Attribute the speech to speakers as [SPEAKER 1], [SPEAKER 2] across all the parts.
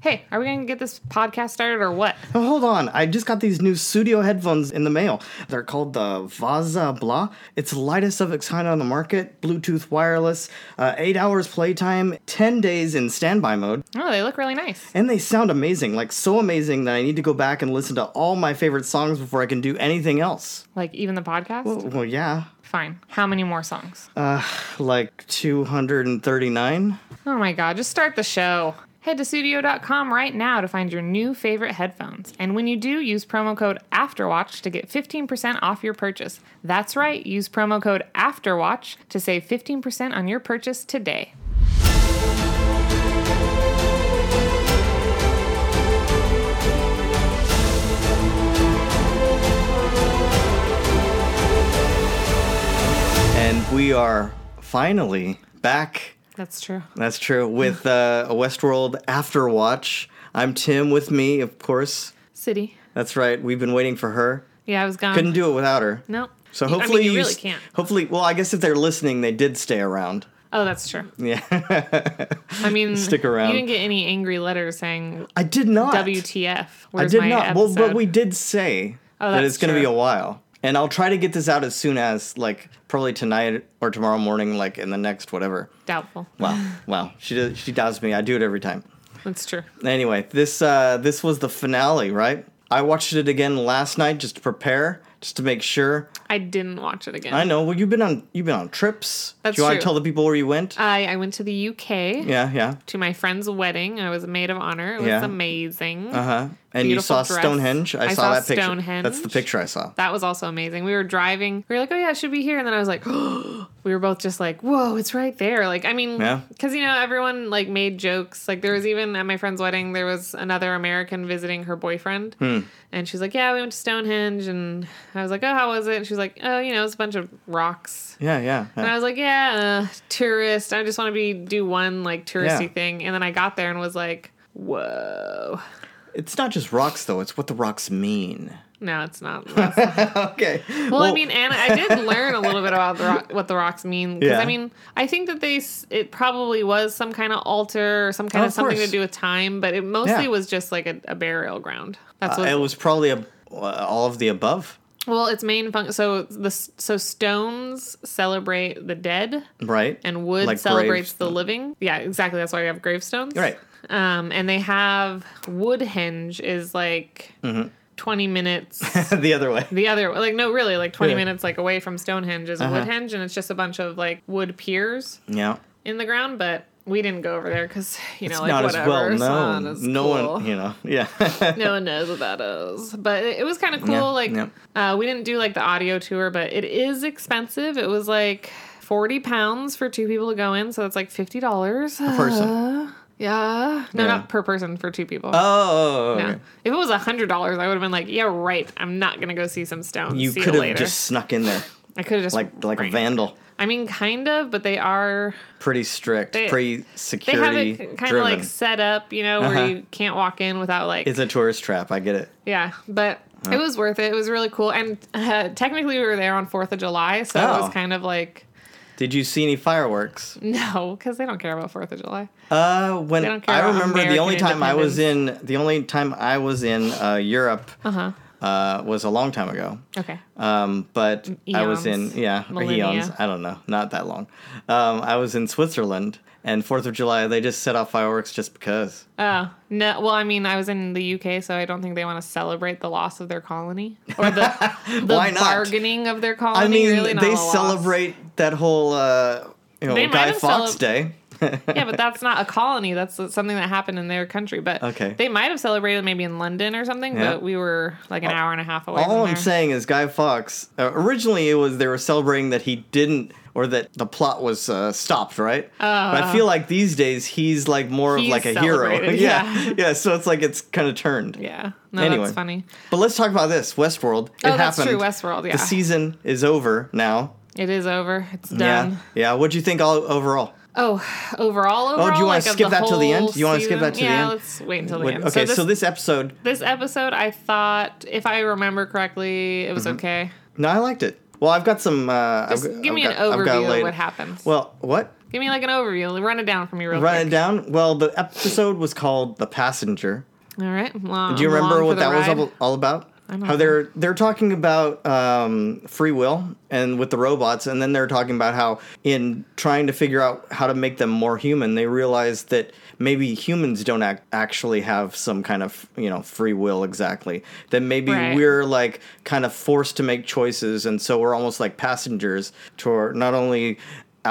[SPEAKER 1] hey, are we going to get this podcast started or what?
[SPEAKER 2] Oh, hold on. I just got these new studio headphones in the mail. They're called the Vaza Blah. It's the lightest of its kind on the market, Bluetooth wireless, uh, eight hours playtime, 10 days in standby mode,
[SPEAKER 1] Oh, they look really nice.
[SPEAKER 2] and they sound amazing. Like, so amazing that I need to go back and listen to all my favorite songs before I can do anything else.
[SPEAKER 1] Like, even the podcast?
[SPEAKER 2] Well, uh, yeah.
[SPEAKER 1] Fine. How many more songs?
[SPEAKER 2] Like 239.
[SPEAKER 1] Oh my god, just start the show. Head to studio.com right now to find your new favorite headphones. And when you do, use promo code AFTERWATCH to get 15% off your purchase. That's right, use promo code AFTERWATCH to save 15% on your purchase today.
[SPEAKER 2] And we are finally back.
[SPEAKER 1] That's true.
[SPEAKER 2] That's true. With uh, a Westworld After Watch. I'm Tim with me, of course.
[SPEAKER 1] City.
[SPEAKER 2] That's right. We've been waiting for her.
[SPEAKER 1] Yeah, I was gone.
[SPEAKER 2] Couldn't do it without her.
[SPEAKER 1] Nope.
[SPEAKER 2] So
[SPEAKER 1] I mean,
[SPEAKER 2] hopefully
[SPEAKER 1] you
[SPEAKER 2] you
[SPEAKER 1] really
[SPEAKER 2] s-
[SPEAKER 1] can't.
[SPEAKER 2] Hopefully, well, I guess if they're listening, they did stay around.
[SPEAKER 1] Oh, that's true.
[SPEAKER 2] Yeah,
[SPEAKER 1] I mean,
[SPEAKER 2] Stick around.
[SPEAKER 1] You didn't get any angry letters saying
[SPEAKER 2] I did not.
[SPEAKER 1] WTF.
[SPEAKER 2] I
[SPEAKER 1] Where's
[SPEAKER 2] did
[SPEAKER 1] my
[SPEAKER 2] not.
[SPEAKER 1] Episode?
[SPEAKER 2] Well, but we did say
[SPEAKER 1] Oh,
[SPEAKER 2] that
[SPEAKER 1] that's
[SPEAKER 2] it's going to be
[SPEAKER 1] true.
[SPEAKER 2] a while, and I'll try to get this out as soon as like probably tonight or tomorrow morning, like in the next whatever.
[SPEAKER 1] Doubtful.
[SPEAKER 2] Wow, wow. She does, she doubts me. I do it every time.
[SPEAKER 1] That's true.
[SPEAKER 2] Anyway, this uh, this was the finale, right? I watched it again last night just to prepare, just to make sure.
[SPEAKER 1] I didn't watch it again.
[SPEAKER 2] I know. Well, you've been on you've been on trips.
[SPEAKER 1] That's
[SPEAKER 2] do you want
[SPEAKER 1] true.
[SPEAKER 2] to tell the people where you went?
[SPEAKER 1] I, I went to the UK.
[SPEAKER 2] yeah, yeah.
[SPEAKER 1] to my friend's wedding. I was a maid of honor. It was
[SPEAKER 2] Yeah.
[SPEAKER 1] amazing.
[SPEAKER 2] Uh huh. And you
[SPEAKER 1] Beautiful
[SPEAKER 2] saw
[SPEAKER 1] dress.
[SPEAKER 2] Stonehenge. I,
[SPEAKER 1] I
[SPEAKER 2] saw,
[SPEAKER 1] saw
[SPEAKER 2] that picture.
[SPEAKER 1] Stonehenge.
[SPEAKER 2] That's the picture I saw.
[SPEAKER 1] That was also amazing. We were driving. We were like, oh, yeah, it should be here. And then I was like, we were both just like, whoa, it's right there. Like, I mean,
[SPEAKER 2] Yeah.
[SPEAKER 1] because, you know, everyone like made jokes. Like, there was even at my friend's wedding, there was another American visiting her boyfriend.
[SPEAKER 2] Hmm.
[SPEAKER 1] And she's like, yeah, we went to Stonehenge. And I was like, oh, how was it? And she was like, oh, you know, it's a bunch of rocks.
[SPEAKER 2] Yeah, yeah. yeah.
[SPEAKER 1] And I was like, yeah, uh, tourist. I just want to be do one like touristy
[SPEAKER 2] Yeah.
[SPEAKER 1] thing. And then I got there and was like, whoa.
[SPEAKER 2] it's not just rocks though. It's what the rocks mean.
[SPEAKER 1] No, it's not.
[SPEAKER 2] Okay.
[SPEAKER 1] Well, I mean, and I did learn a little bit about the rock, what the rocks mean. Because
[SPEAKER 2] Yeah.
[SPEAKER 1] I mean, I think that they s- it probably was some kind of altar or some kind
[SPEAKER 2] Oh,
[SPEAKER 1] of,
[SPEAKER 2] of
[SPEAKER 1] something
[SPEAKER 2] course.
[SPEAKER 1] to do with time, but it mostly
[SPEAKER 2] Yeah.
[SPEAKER 1] was just like a, a burial ground. That's
[SPEAKER 2] uh,
[SPEAKER 1] what.
[SPEAKER 2] it was probably a, uh, all of the above,
[SPEAKER 1] well, its main function. So the s- so stones celebrate the dead,
[SPEAKER 2] right?
[SPEAKER 1] and wood
[SPEAKER 2] Like
[SPEAKER 1] celebrates
[SPEAKER 2] graves-
[SPEAKER 1] the living. Yeah, exactly. That's why we have gravestones.
[SPEAKER 2] Right.
[SPEAKER 1] Um, and they have Woodhenge is like
[SPEAKER 2] Mm-hmm.
[SPEAKER 1] twenty minutes
[SPEAKER 2] the other way.
[SPEAKER 1] the other like no really like 20
[SPEAKER 2] Yeah. Uh-huh.
[SPEAKER 1] minutes like away from stonehenge is woodhenge and it's just a bunch of like wood piers
[SPEAKER 2] Yeah.
[SPEAKER 1] in the ground but we didn't go over there because you know
[SPEAKER 2] It's
[SPEAKER 1] like
[SPEAKER 2] not as
[SPEAKER 1] whatever
[SPEAKER 2] well
[SPEAKER 1] it's not
[SPEAKER 2] known.
[SPEAKER 1] as
[SPEAKER 2] no
[SPEAKER 1] cool.
[SPEAKER 2] one, you know. Yeah.
[SPEAKER 1] no one knows what that is but it, it was kind of cool
[SPEAKER 2] Yeah,
[SPEAKER 1] like
[SPEAKER 2] yeah.
[SPEAKER 1] uh, we didn't do like the audio tour but it is expensive it was like 40 pounds for two people to go in so it's like $50 Uh-huh.
[SPEAKER 2] Person.
[SPEAKER 1] yeah no
[SPEAKER 2] Yeah.
[SPEAKER 1] not per person for two people
[SPEAKER 2] Oh.
[SPEAKER 1] no.
[SPEAKER 2] okay.
[SPEAKER 1] If it was hundred dollars, I would have been like, "Yeah, right. I'm not gonna go see some stones.
[SPEAKER 2] You
[SPEAKER 1] see
[SPEAKER 2] could
[SPEAKER 1] you
[SPEAKER 2] have
[SPEAKER 1] later."
[SPEAKER 2] just snuck in there
[SPEAKER 1] I could have just
[SPEAKER 2] like like a
[SPEAKER 1] ran.
[SPEAKER 2] vandal.
[SPEAKER 1] I mean, kind of, but they are.
[SPEAKER 2] Pretty strict,
[SPEAKER 1] They-
[SPEAKER 2] pretty
[SPEAKER 1] They have
[SPEAKER 2] security
[SPEAKER 1] it kind of
[SPEAKER 2] driven.
[SPEAKER 1] like set up, you know,
[SPEAKER 2] Uh-huh.
[SPEAKER 1] where you can't walk in without like.
[SPEAKER 2] it's a tourist trap. I get it.
[SPEAKER 1] yeah, but
[SPEAKER 2] Uh-huh.
[SPEAKER 1] it was worth it. It was really cool, and uh, technically we were there on Fourth of July, so it
[SPEAKER 2] Oh.
[SPEAKER 1] was kind of like
[SPEAKER 2] Did you see any fireworks?
[SPEAKER 1] no, because they don't care about Fourth of July.
[SPEAKER 2] Uh, when
[SPEAKER 1] They don't care
[SPEAKER 2] I
[SPEAKER 1] about
[SPEAKER 2] remember the only
[SPEAKER 1] American
[SPEAKER 2] time I was in the only time I was in uh, Europe uh, was a long time ago.
[SPEAKER 1] Okay,
[SPEAKER 2] Um, but I was in
[SPEAKER 1] Eons.
[SPEAKER 2] yeah or
[SPEAKER 1] Millennia.
[SPEAKER 2] eons. I don't know, not that long. Um, I was in Switzerland, and Fourth of July they just set off fireworks just because.
[SPEAKER 1] oh no. Well, I mean, I was in the UK, so I don't think they want to celebrate the loss of their colony or the, the
[SPEAKER 2] Why not?
[SPEAKER 1] bargaining of their colony.
[SPEAKER 2] I mean,
[SPEAKER 1] really, not a
[SPEAKER 2] they
[SPEAKER 1] loss.
[SPEAKER 2] celebrate that whole uh, you know
[SPEAKER 1] They might
[SPEAKER 2] Guy
[SPEAKER 1] have
[SPEAKER 2] Fawkes
[SPEAKER 1] celeb-
[SPEAKER 2] Day.
[SPEAKER 1] yeah, but that's not a colony. That's something that happened in their country. But
[SPEAKER 2] Okay.
[SPEAKER 1] they might have celebrated maybe in London or something.
[SPEAKER 2] Yeah.
[SPEAKER 1] But we were like an hour and a half away.
[SPEAKER 2] All
[SPEAKER 1] from
[SPEAKER 2] I'm
[SPEAKER 1] there.
[SPEAKER 2] saying is Guy Fawkes. Uh, originally, it was they were celebrating that he didn't, or that the plot was uh, stopped, right? but I feel like these days he's like more of
[SPEAKER 1] Uh. He's
[SPEAKER 2] like a hero.
[SPEAKER 1] celebrated,
[SPEAKER 2] yeah, yeah. So it's like it's kind of turned.
[SPEAKER 1] yeah, no,
[SPEAKER 2] Anyway.
[SPEAKER 1] that's funny.
[SPEAKER 2] But let's talk about this Westworld. It
[SPEAKER 1] oh, that's
[SPEAKER 2] happened.
[SPEAKER 1] true. Westworld. Yeah,
[SPEAKER 2] The season is over now.
[SPEAKER 1] it is over. It's done.
[SPEAKER 2] Yeah, yeah. What'd you think all overall?
[SPEAKER 1] Oh, overall, overall.
[SPEAKER 2] do you wanna
[SPEAKER 1] like, of
[SPEAKER 2] skip that till the
[SPEAKER 1] whole
[SPEAKER 2] end? You wanna skip
[SPEAKER 1] season-
[SPEAKER 2] that to the
[SPEAKER 1] yeah,
[SPEAKER 2] end?
[SPEAKER 1] let's wait until the
[SPEAKER 2] What-
[SPEAKER 1] end.
[SPEAKER 2] okay,
[SPEAKER 1] so this,
[SPEAKER 2] so this episode,
[SPEAKER 1] this episode, I thought, if I remember correctly, it was okay.
[SPEAKER 2] no, I liked it. Well, I've got some. Uh, I've
[SPEAKER 1] Just
[SPEAKER 2] got-
[SPEAKER 1] give me
[SPEAKER 2] Mm-hmm. I've
[SPEAKER 1] an
[SPEAKER 2] got- I've got
[SPEAKER 1] overview of
[SPEAKER 2] laid-
[SPEAKER 1] what happens.
[SPEAKER 2] Well, what?
[SPEAKER 1] Give me like an overview. Run it down for me real
[SPEAKER 2] Run
[SPEAKER 1] quick.
[SPEAKER 2] it down. Well, the episode was called "The Passenger."
[SPEAKER 1] All right. Well,
[SPEAKER 2] Do you
[SPEAKER 1] I'm
[SPEAKER 2] remember
[SPEAKER 1] along
[SPEAKER 2] what
[SPEAKER 1] for the
[SPEAKER 2] that
[SPEAKER 1] ride.
[SPEAKER 2] was all, all about?
[SPEAKER 1] don't
[SPEAKER 2] How they're they're talking about um, free will and with the robots, and then they're talking about how in trying to figure out how to make them more human, they realize that maybe humans don't act, actually have some kind of you know free will exactly. That maybe
[SPEAKER 1] Right.
[SPEAKER 2] we're like kind of forced to make choices, and so we're almost like passengers to not only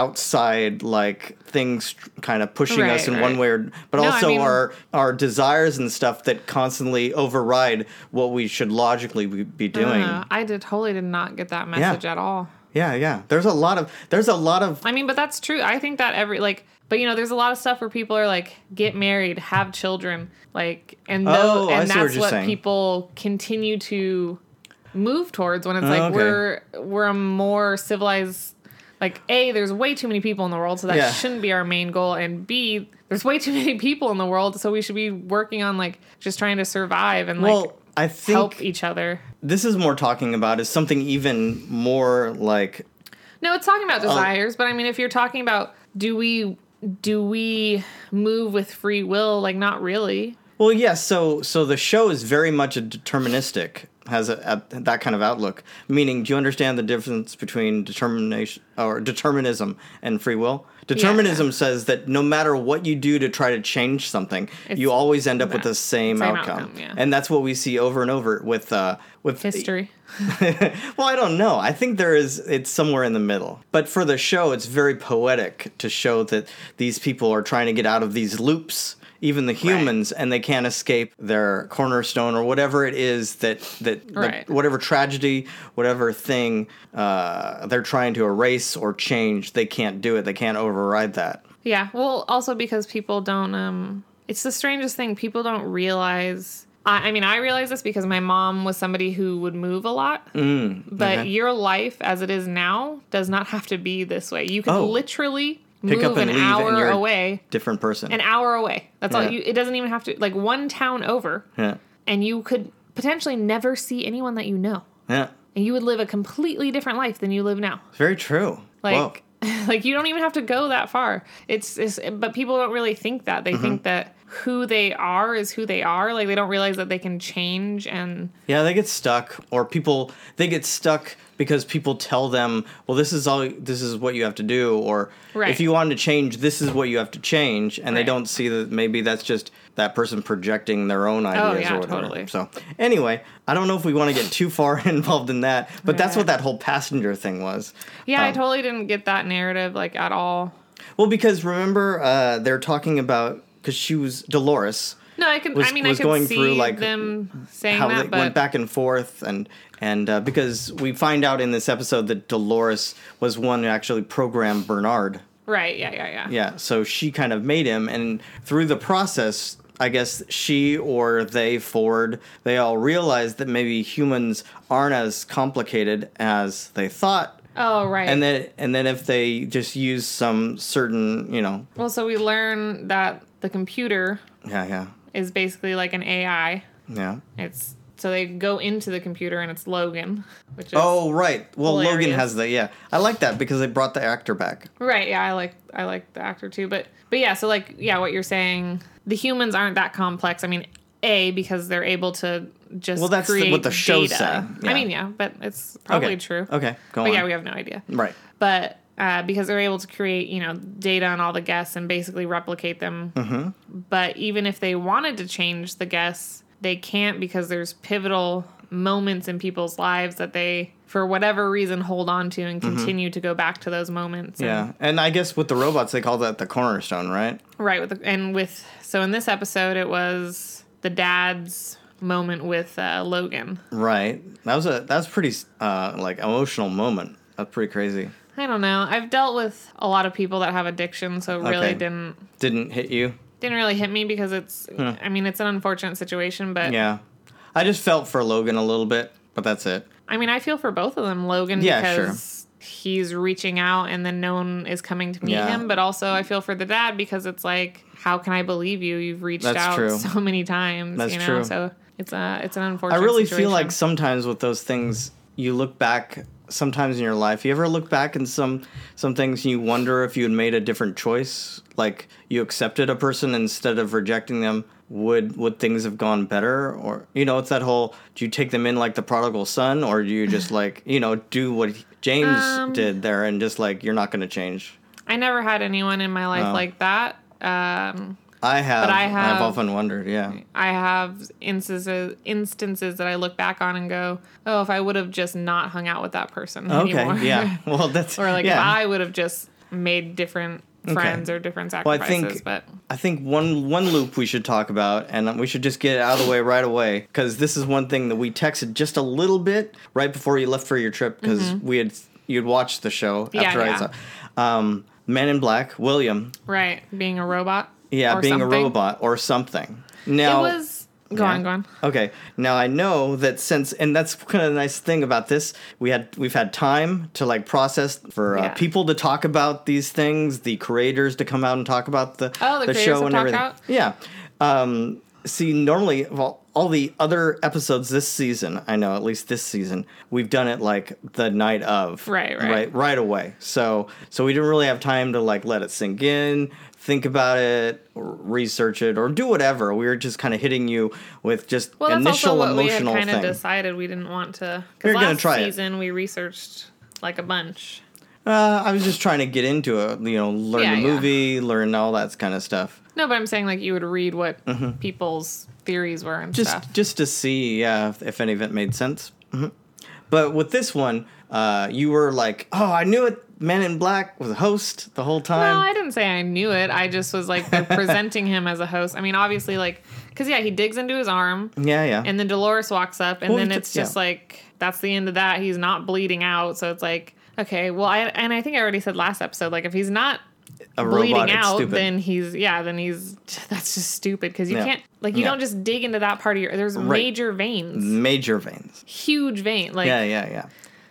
[SPEAKER 2] outside like things kind of pushing us
[SPEAKER 1] Right,
[SPEAKER 2] in
[SPEAKER 1] right.
[SPEAKER 2] one way or but
[SPEAKER 1] No, I
[SPEAKER 2] also
[SPEAKER 1] mean-
[SPEAKER 2] our our desires and stuff that constantly override what we should logically be- be doing.
[SPEAKER 1] Uh, I did totally did not get that message at all.
[SPEAKER 2] Yeah, yeah. There's a lot of there's a lot of
[SPEAKER 1] I mean, but that's true. I think that every like, but you know, there's a lot of stuff where people are like, get married, have children, like, and tho-
[SPEAKER 2] Oh, I
[SPEAKER 1] and
[SPEAKER 2] see what
[SPEAKER 1] that's
[SPEAKER 2] you're saying.
[SPEAKER 1] people continue to move towards when it's like
[SPEAKER 2] okay.
[SPEAKER 1] we're we're a more civilized. Like a, there's way too many people in the world, so that
[SPEAKER 2] Yeah.
[SPEAKER 1] shouldn't be our main goal. And b, there's way too many people in the world, so we should be working on like just trying to survive and like
[SPEAKER 2] well, I think
[SPEAKER 1] help each other.
[SPEAKER 2] this is more talking about is something even more like
[SPEAKER 1] No, it's talking
[SPEAKER 2] Oh.
[SPEAKER 1] about desires, but I mean, if you're talking about do we do we move with free will? Like, not really.
[SPEAKER 2] well, yes. so so the show is very much a deterministic has a, a, that kind of outlook. Meaning, do you understand the difference between determination or determinism and free will? Determinism says that no matter what you do to try to change something, you always end up with
[SPEAKER 1] that-
[SPEAKER 2] the same,
[SPEAKER 1] same
[SPEAKER 2] outcome.
[SPEAKER 1] outcome, yeah.
[SPEAKER 2] And that's what we see over and over with uh, with
[SPEAKER 1] History.
[SPEAKER 2] well, I don't know. I think there is it's somewhere in the middle. But for the show, it's very poetic to show that these people are trying to get out of these loops, even the humans, and they can't escape their cornerstone or whatever it is that that the-
[SPEAKER 1] Right.
[SPEAKER 2] whatever tragedy, whatever thing uh, they're trying to erase or change, they can't do it. They can't override that.
[SPEAKER 1] Yeah. Well, also because people don't. Um, it's the strangest thing. People don't realize. I, I mean, I realize this because my mom was somebody who would move a lot. but
[SPEAKER 2] Mm, okay.
[SPEAKER 1] your life as it is now does not have to be this way. You can
[SPEAKER 2] Oh.
[SPEAKER 1] literally
[SPEAKER 2] Pick
[SPEAKER 1] move
[SPEAKER 2] up and
[SPEAKER 1] an
[SPEAKER 2] leave, and
[SPEAKER 1] hour
[SPEAKER 2] you're a
[SPEAKER 1] away.
[SPEAKER 2] Different person.
[SPEAKER 1] An hour away. That's
[SPEAKER 2] Yeah.
[SPEAKER 1] all. You, it doesn't even have to like one town over.
[SPEAKER 2] yeah.
[SPEAKER 1] and you could potentially never see anyone that you know
[SPEAKER 2] Yeah.
[SPEAKER 1] and you would live a completely different life than you live now
[SPEAKER 2] It's very true. Whoa.
[SPEAKER 1] like like you don't even have to go that far it's, it's but people don't really think that they
[SPEAKER 2] Mm-hmm.
[SPEAKER 1] think that who they are is who they are like they don't realize that they can change and
[SPEAKER 2] Yeah, they get stuck, or people they get stuck because people tell them, "Well, this is all. This is what you have to do," or
[SPEAKER 1] Right.
[SPEAKER 2] "If you want to change, this is what you have to change," and they
[SPEAKER 1] Right.
[SPEAKER 2] don't see that maybe that's just that person projecting their own ideas
[SPEAKER 1] Oh, yeah,
[SPEAKER 2] or whatever.
[SPEAKER 1] totally.
[SPEAKER 2] So anyway, I don't know if we want to get too far involved in that, but that's
[SPEAKER 1] Yeah.
[SPEAKER 2] what that whole passenger thing was.
[SPEAKER 1] yeah i
[SPEAKER 2] Um,
[SPEAKER 1] totally didn't get that narrative like at all
[SPEAKER 2] Well, because remember uh, they're talking about because she was Dolores.
[SPEAKER 1] no i can
[SPEAKER 2] Was-
[SPEAKER 1] i mean
[SPEAKER 2] was
[SPEAKER 1] i
[SPEAKER 2] going
[SPEAKER 1] can see
[SPEAKER 2] through, like,
[SPEAKER 1] them saying
[SPEAKER 2] how
[SPEAKER 1] that
[SPEAKER 2] they
[SPEAKER 1] but
[SPEAKER 2] went back and forth and and uh, because we find out in this episode that Dolores was one who actually programmed Bernard.
[SPEAKER 1] right yeah yeah yeah
[SPEAKER 2] Yeah, so she kind of made him, and through the process, I guess she or they, Ford, they all realized that maybe humans aren't as complicated as they thought.
[SPEAKER 1] oh right
[SPEAKER 2] And then, and then if they just use some certain, you know,
[SPEAKER 1] well so we learn that the computer
[SPEAKER 2] yeah, yeah,
[SPEAKER 1] is basically like an ai
[SPEAKER 2] yeah.
[SPEAKER 1] It's so they go into the computer and it's Logan, which is
[SPEAKER 2] Oh right, well Logan
[SPEAKER 1] Hilarious.
[SPEAKER 2] has the yeah. I like that because they brought the actor back.
[SPEAKER 1] right. Yeah, I like I like the actor too, but but yeah, so like yeah, what you're saying, the humans aren't that complex. I mean, a because they're able to just
[SPEAKER 2] Well, that's the-
[SPEAKER 1] create
[SPEAKER 2] what the show
[SPEAKER 1] data.
[SPEAKER 2] said, yeah.
[SPEAKER 1] I mean, yeah, but it's probably
[SPEAKER 2] okay.
[SPEAKER 1] true.
[SPEAKER 2] Okay, go
[SPEAKER 1] but
[SPEAKER 2] on.
[SPEAKER 1] yeah, we have no idea.
[SPEAKER 2] Right.
[SPEAKER 1] But uh, because they're able to create you know data on all the guests and basically replicate them.
[SPEAKER 2] Mm-hmm.
[SPEAKER 1] But even if they wanted to change the guests, they can't because there's pivotal moments in people's lives that they, for whatever reason, hold on to and continue to go back to those moments. and-
[SPEAKER 2] Mm-hmm. Yeah. Mm-hmm. And I guess with the robots, they call that the cornerstone, right?
[SPEAKER 1] right. With the, and with so in this episode, it was the dad's moment with uh, Logan.
[SPEAKER 2] Right. That was a that's pretty uh, like emotional moment. That's pretty crazy.
[SPEAKER 1] I don't know. I've dealt with a lot of people that have addiction, so it really
[SPEAKER 2] Okay.
[SPEAKER 1] didn't
[SPEAKER 2] Didn't hit you.
[SPEAKER 1] didn't really hit me because it's. I mean, it's an unfortunate situation, but
[SPEAKER 2] Yeah. I just felt for Logan a little bit, but that's it.
[SPEAKER 1] I mean, I feel for both of them, Logan,
[SPEAKER 2] Yeah, sure.
[SPEAKER 1] because he's reaching out and then no one is coming to meet
[SPEAKER 2] Yeah.
[SPEAKER 1] him. But also, I feel for the dad because it's like, how can I believe you? You've reached
[SPEAKER 2] That's
[SPEAKER 1] out
[SPEAKER 2] true.
[SPEAKER 1] so many times.
[SPEAKER 2] That's
[SPEAKER 1] you know?
[SPEAKER 2] true.
[SPEAKER 1] So it's a it's an
[SPEAKER 2] I
[SPEAKER 1] unfortunate.
[SPEAKER 2] really feel
[SPEAKER 1] situation.
[SPEAKER 2] like sometimes with those things, you look back sometimes in your life. You ever look back and some some things and you wonder if you had made a different choice, like you accepted a person instead of rejecting them. Would would things have gone better, or you know, it's that whole: do you take them in like the prodigal son, or do you just like you know do what James
[SPEAKER 1] Um,
[SPEAKER 2] did there and just like you're not going to change?
[SPEAKER 1] I never had anyone in my life
[SPEAKER 2] Oh.
[SPEAKER 1] like that. Um,
[SPEAKER 2] I have,
[SPEAKER 1] I
[SPEAKER 2] I've
[SPEAKER 1] have-
[SPEAKER 2] often wondered, yeah.
[SPEAKER 1] I have instances instances that I look back on and go, "Oh, if I would have just not hung out with that person
[SPEAKER 2] Okay,
[SPEAKER 1] anymore."
[SPEAKER 2] yeah. Well, that's
[SPEAKER 1] or like
[SPEAKER 2] yeah.
[SPEAKER 1] if I would have just made different friends or different
[SPEAKER 2] Well, I
[SPEAKER 1] sacrifices.
[SPEAKER 2] think
[SPEAKER 1] but
[SPEAKER 2] I think one one loop we should talk about, and we should just get it out of the way right away, because this is one thing that we texted just a little bit right before you left for your trip, because we had you'd watched the show
[SPEAKER 1] Mm-hmm. Yeah,
[SPEAKER 2] after
[SPEAKER 1] yeah.
[SPEAKER 2] I saw. Um, Man in Black, William,
[SPEAKER 1] right, being a robot.
[SPEAKER 2] yeah,
[SPEAKER 1] or
[SPEAKER 2] being a
[SPEAKER 1] something.
[SPEAKER 2] robot or something.
[SPEAKER 1] It
[SPEAKER 2] Now
[SPEAKER 1] was go
[SPEAKER 2] Yeah.
[SPEAKER 1] on, go on.
[SPEAKER 2] Okay. Now I know that since, and that's kind of the nice thing about this. We had we've had time to like process for uh,
[SPEAKER 1] Yeah.
[SPEAKER 2] people to talk about these things, the creators to come out and talk about the
[SPEAKER 1] Oh, the creators
[SPEAKER 2] show
[SPEAKER 1] have
[SPEAKER 2] and
[SPEAKER 1] talked
[SPEAKER 2] everything.
[SPEAKER 1] out?
[SPEAKER 2] Yeah. Um, see, normally of all, all the other episodes this season, I know at least this season, we've done it like the night of,
[SPEAKER 1] Right, right.
[SPEAKER 2] right, right away. So so we didn't really have time to like let it sink in, think about it, or research it, or do whatever. We were just kind of hitting you with just
[SPEAKER 1] Well, that's
[SPEAKER 2] initial
[SPEAKER 1] also what we had
[SPEAKER 2] emotional
[SPEAKER 1] kind of
[SPEAKER 2] thing.
[SPEAKER 1] decided we didn't want to.
[SPEAKER 2] We
[SPEAKER 1] Because
[SPEAKER 2] were gonna
[SPEAKER 1] last
[SPEAKER 2] try it.
[SPEAKER 1] season we researched like a bunch.
[SPEAKER 2] uh, I was just trying to get into it, you know, learn
[SPEAKER 1] Yeah,
[SPEAKER 2] the
[SPEAKER 1] yeah.
[SPEAKER 2] movie, learn all that kind of stuff.
[SPEAKER 1] No, but I'm saying like you would read what people's theories were and
[SPEAKER 2] Mm-hmm. just
[SPEAKER 1] stuff.
[SPEAKER 2] just to see yeah if, if any of it made sense hmm but with this one uh, you were like oh i knew it man in black was a host the whole
[SPEAKER 1] No,
[SPEAKER 2] time
[SPEAKER 1] I didn't say I knew it. I just was like they're presenting him as a host. I mean, obviously, like because yeah, he digs into his arm,
[SPEAKER 2] yeah yeah
[SPEAKER 1] and then Dolores walks up, and
[SPEAKER 2] Well,
[SPEAKER 1] then
[SPEAKER 2] we
[SPEAKER 1] it's
[SPEAKER 2] ju- yeah.
[SPEAKER 1] just like that's the end of that. He's not bleeding out, so it's like okay, well, I and I think I already said last episode, like if he's not
[SPEAKER 2] a robot
[SPEAKER 1] bleeding
[SPEAKER 2] it's
[SPEAKER 1] out,
[SPEAKER 2] stupid
[SPEAKER 1] then he's yeah, then he's that's just stupid because you
[SPEAKER 2] Yeah.
[SPEAKER 1] can't like you
[SPEAKER 2] Yeah.
[SPEAKER 1] don't just dig into that part of your. There's
[SPEAKER 2] Right.
[SPEAKER 1] major veins,
[SPEAKER 2] major veins
[SPEAKER 1] huge vein, like
[SPEAKER 2] yeah yeah yeah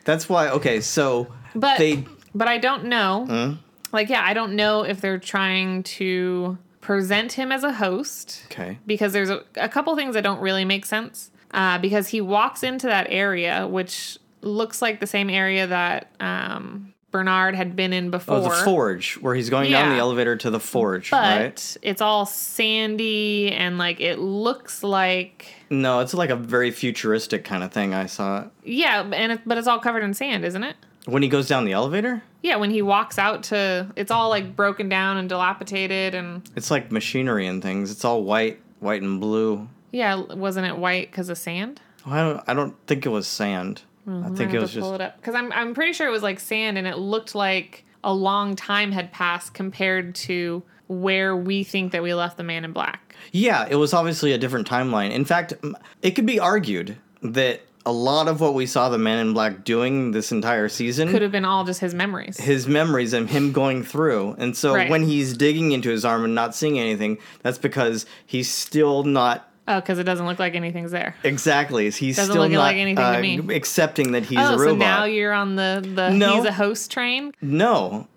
[SPEAKER 2] that's why okay so
[SPEAKER 1] But
[SPEAKER 2] they
[SPEAKER 1] but I don't know. Like yeah, I don't know if they're trying to present him as a host
[SPEAKER 2] okay
[SPEAKER 1] because there's a, a couple things that don't really make sense. Uh, because he walks into that area, which looks like the same area that um, Bernard had been in before.
[SPEAKER 2] oh the forge where he's going down
[SPEAKER 1] Yeah.
[SPEAKER 2] the elevator to the forge
[SPEAKER 1] but
[SPEAKER 2] right
[SPEAKER 1] it's all sandy and like it looks like
[SPEAKER 2] no it's like a very futuristic kind of thing i saw
[SPEAKER 1] yeah, and it, but it's all covered in sand, isn't it?
[SPEAKER 2] when he goes down the elevator
[SPEAKER 1] Yeah, when he walks out to, it's all like broken down and dilapidated and
[SPEAKER 2] it's like machinery and things it's all white white and blue
[SPEAKER 1] Yeah, l- wasn't it white because of sand?
[SPEAKER 2] Well, I don't. I don't think it was sand. I think
[SPEAKER 1] I
[SPEAKER 2] it
[SPEAKER 1] have
[SPEAKER 2] was
[SPEAKER 1] to pull
[SPEAKER 2] just.
[SPEAKER 1] it up because I'm I'm pretty sure it was like sand, and it looked like a long time had passed compared to where we think that we left the man in black.
[SPEAKER 2] Yeah, it was obviously a different timeline. In fact, m- it could be argued that a lot of what we saw the Man in Black doing this entire season,
[SPEAKER 1] Could have been all just his memories.
[SPEAKER 2] his memories and him going through, and so
[SPEAKER 1] Right.
[SPEAKER 2] when he's digging into his arm and not seeing anything, that's because he's still not.
[SPEAKER 1] Oh, because it doesn't look like anything's there.
[SPEAKER 2] Exactly, he's
[SPEAKER 1] Doesn't
[SPEAKER 2] still
[SPEAKER 1] look
[SPEAKER 2] not
[SPEAKER 1] like anything to
[SPEAKER 2] uh,
[SPEAKER 1] me.
[SPEAKER 2] accepting that he's a
[SPEAKER 1] oh,
[SPEAKER 2] robot.
[SPEAKER 1] so now you're on the the
[SPEAKER 2] No.
[SPEAKER 1] he's a host train.
[SPEAKER 2] No.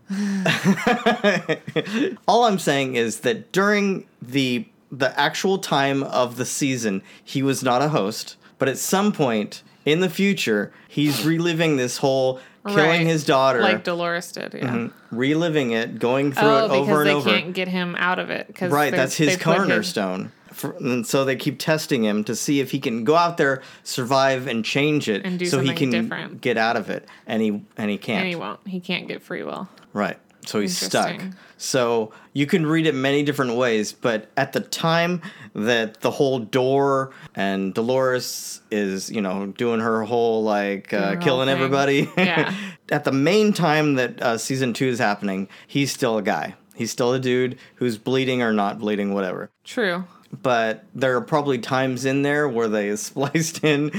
[SPEAKER 2] All I'm saying is that during the the actual time of the season, he was not a host, but at some point in the future, he's reliving this whole killing
[SPEAKER 1] Right.
[SPEAKER 2] his daughter,
[SPEAKER 1] like Dolores did. Yeah.
[SPEAKER 2] reliving it, going through
[SPEAKER 1] Oh,
[SPEAKER 2] it over
[SPEAKER 1] because
[SPEAKER 2] and
[SPEAKER 1] they
[SPEAKER 2] over.
[SPEAKER 1] can't get him out of it. Cause
[SPEAKER 2] Right,
[SPEAKER 1] they-
[SPEAKER 2] that's
[SPEAKER 1] they
[SPEAKER 2] his
[SPEAKER 1] put
[SPEAKER 2] cornerstone. For, and so they keep testing him to see if he can go out there, survive, and change it,
[SPEAKER 1] And do
[SPEAKER 2] so he
[SPEAKER 1] something
[SPEAKER 2] can
[SPEAKER 1] different.
[SPEAKER 2] get out of it. And he and he can't.
[SPEAKER 1] And he won't. He can't get free will.
[SPEAKER 2] Right. So he's stuck.
[SPEAKER 1] Interesting.
[SPEAKER 2] So you can read it many different ways, but at the time that the whole door and Dolores is, you know, doing her whole like uh,
[SPEAKER 1] her whole
[SPEAKER 2] killing
[SPEAKER 1] thing.
[SPEAKER 2] everybody,
[SPEAKER 1] Yeah.
[SPEAKER 2] at the main time that uh, season two is happening, he's still a guy. He's still a dude who's bleeding or not bleeding, whatever.
[SPEAKER 1] True.
[SPEAKER 2] But there are probably times in there where they spliced in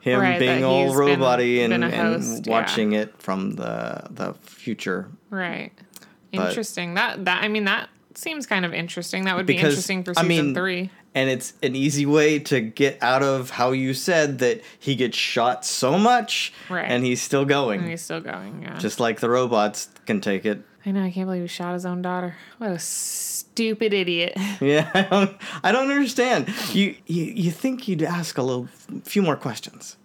[SPEAKER 2] him
[SPEAKER 1] Right,
[SPEAKER 2] being
[SPEAKER 1] that
[SPEAKER 2] all
[SPEAKER 1] he's been-
[SPEAKER 2] robot and,
[SPEAKER 1] been a
[SPEAKER 2] and
[SPEAKER 1] host, yeah.
[SPEAKER 2] watching it from the the future
[SPEAKER 1] Right.
[SPEAKER 2] But-
[SPEAKER 1] Interesting. that that I mean that seems kind of interesting. That would be
[SPEAKER 2] Because,
[SPEAKER 1] interesting for
[SPEAKER 2] I
[SPEAKER 1] season
[SPEAKER 2] mean,
[SPEAKER 1] three.
[SPEAKER 2] and it's an easy way to get out of how you said that he gets shot so much
[SPEAKER 1] Right.
[SPEAKER 2] and he's still going
[SPEAKER 1] And he's still going. Yeah.
[SPEAKER 2] just like the robots can take it
[SPEAKER 1] I know. I can't believe he shot his own daughter. What a stupid idiot.
[SPEAKER 2] yeah i don't, I don't understand you, you you think you'd ask a little few more questions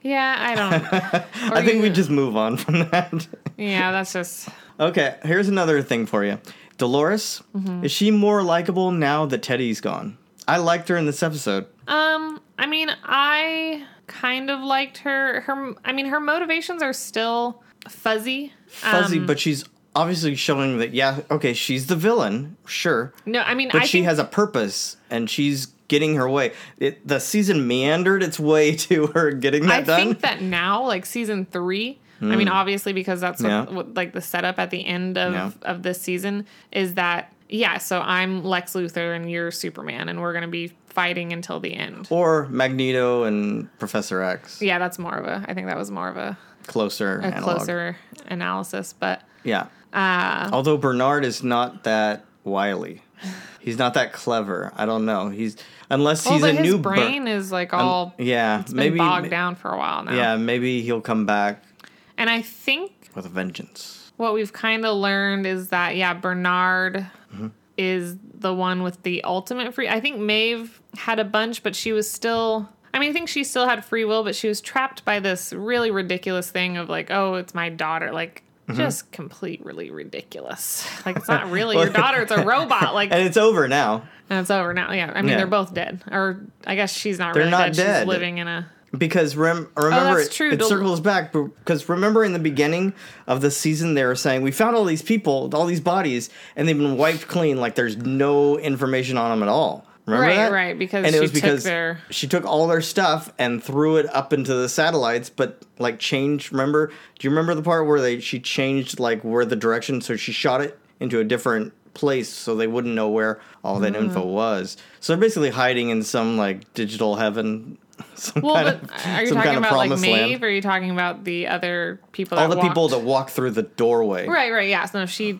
[SPEAKER 1] Yeah, I don't. Or
[SPEAKER 2] I think we
[SPEAKER 1] you-
[SPEAKER 2] just move on from that.
[SPEAKER 1] Yeah, that's just.
[SPEAKER 2] okay, here's another thing for you. Dolores,
[SPEAKER 1] Mm-hmm.
[SPEAKER 2] is she more likable now that Teddy's gone? I liked her in this episode.
[SPEAKER 1] Um, I mean, I kind of liked her. Her, I mean, her motivations are still fuzzy.
[SPEAKER 2] Fuzzy,
[SPEAKER 1] Um,
[SPEAKER 2] but she's obviously showing that, yeah, okay, she's the villain, sure.
[SPEAKER 1] No, I mean,
[SPEAKER 2] But
[SPEAKER 1] I
[SPEAKER 2] she
[SPEAKER 1] think,
[SPEAKER 2] has a purpose and she's getting her way. It, the season meandered its way to her getting that
[SPEAKER 1] I
[SPEAKER 2] done. Hmm.
[SPEAKER 1] think that now, like season three. I mean, obviously, because that's what,
[SPEAKER 2] Yeah.
[SPEAKER 1] what like the setup at the end of
[SPEAKER 2] Yeah.
[SPEAKER 1] of this season is that yeah. So I'm Lex Luthor and you're Superman, and we're gonna be fighting until the end.
[SPEAKER 2] or Magneto and Professor X.
[SPEAKER 1] Yeah, that's more of a. I think that was more of a,
[SPEAKER 2] Closer
[SPEAKER 1] a
[SPEAKER 2] analog.
[SPEAKER 1] closer analysis, but
[SPEAKER 2] Yeah.
[SPEAKER 1] uh,
[SPEAKER 2] Although Bernard is not that wily. He's not that clever. I don't know. He's unless
[SPEAKER 1] well,
[SPEAKER 2] he's
[SPEAKER 1] but
[SPEAKER 2] a
[SPEAKER 1] his
[SPEAKER 2] new Ber-
[SPEAKER 1] brain is like all
[SPEAKER 2] yeah,
[SPEAKER 1] it's been
[SPEAKER 2] maybe
[SPEAKER 1] bogged down for a while now.
[SPEAKER 2] Yeah, maybe he'll come back
[SPEAKER 1] And I think
[SPEAKER 2] with a vengeance.
[SPEAKER 1] what we've kind of learned is that, yeah, Bernard
[SPEAKER 2] Mm-hmm.
[SPEAKER 1] is the one with the ultimate free. I think Maeve had a bunch, but she was still. I mean, I think she still had free will, but she was trapped by this really ridiculous thing of like, oh, it's my daughter. Like,
[SPEAKER 2] Mm-hmm.
[SPEAKER 1] just completely ridiculous. Like, it's not really your daughter, it's a robot. Like,
[SPEAKER 2] And it's over now
[SPEAKER 1] and it's over now. Yeah. I mean,
[SPEAKER 2] Yeah.
[SPEAKER 1] they're both dead. Or I guess she's not really
[SPEAKER 2] not
[SPEAKER 1] dead.
[SPEAKER 2] dead.
[SPEAKER 1] She's living in a.
[SPEAKER 2] because rem- remember
[SPEAKER 1] Oh, that's
[SPEAKER 2] it,
[SPEAKER 1] true.
[SPEAKER 2] it
[SPEAKER 1] Del-
[SPEAKER 2] circles back because remember in the beginning of the season they were saying we found all these people, all these bodies and they've been wiped clean like there's no information on them at all. Remember
[SPEAKER 1] Right,
[SPEAKER 2] that?
[SPEAKER 1] right, because
[SPEAKER 2] and
[SPEAKER 1] she
[SPEAKER 2] it was
[SPEAKER 1] took
[SPEAKER 2] because
[SPEAKER 1] their-
[SPEAKER 2] she took all their stuff and threw it up into the satellites, but like changed. Remember? Do you remember the part where they she changed like where the direction? So she shot it into a different place, so they wouldn't know where all that
[SPEAKER 1] Mm.
[SPEAKER 2] info was. So they're basically hiding in some like digital heaven. Some
[SPEAKER 1] Well,
[SPEAKER 2] kind
[SPEAKER 1] but
[SPEAKER 2] of,
[SPEAKER 1] are you
[SPEAKER 2] some
[SPEAKER 1] talking
[SPEAKER 2] kind of
[SPEAKER 1] about like
[SPEAKER 2] promised
[SPEAKER 1] Maeve?
[SPEAKER 2] land.
[SPEAKER 1] Or are you talking about the other people?
[SPEAKER 2] All
[SPEAKER 1] that
[SPEAKER 2] the people
[SPEAKER 1] walked-
[SPEAKER 2] that walk through the doorway.
[SPEAKER 1] Right, right, yeah. So no, she,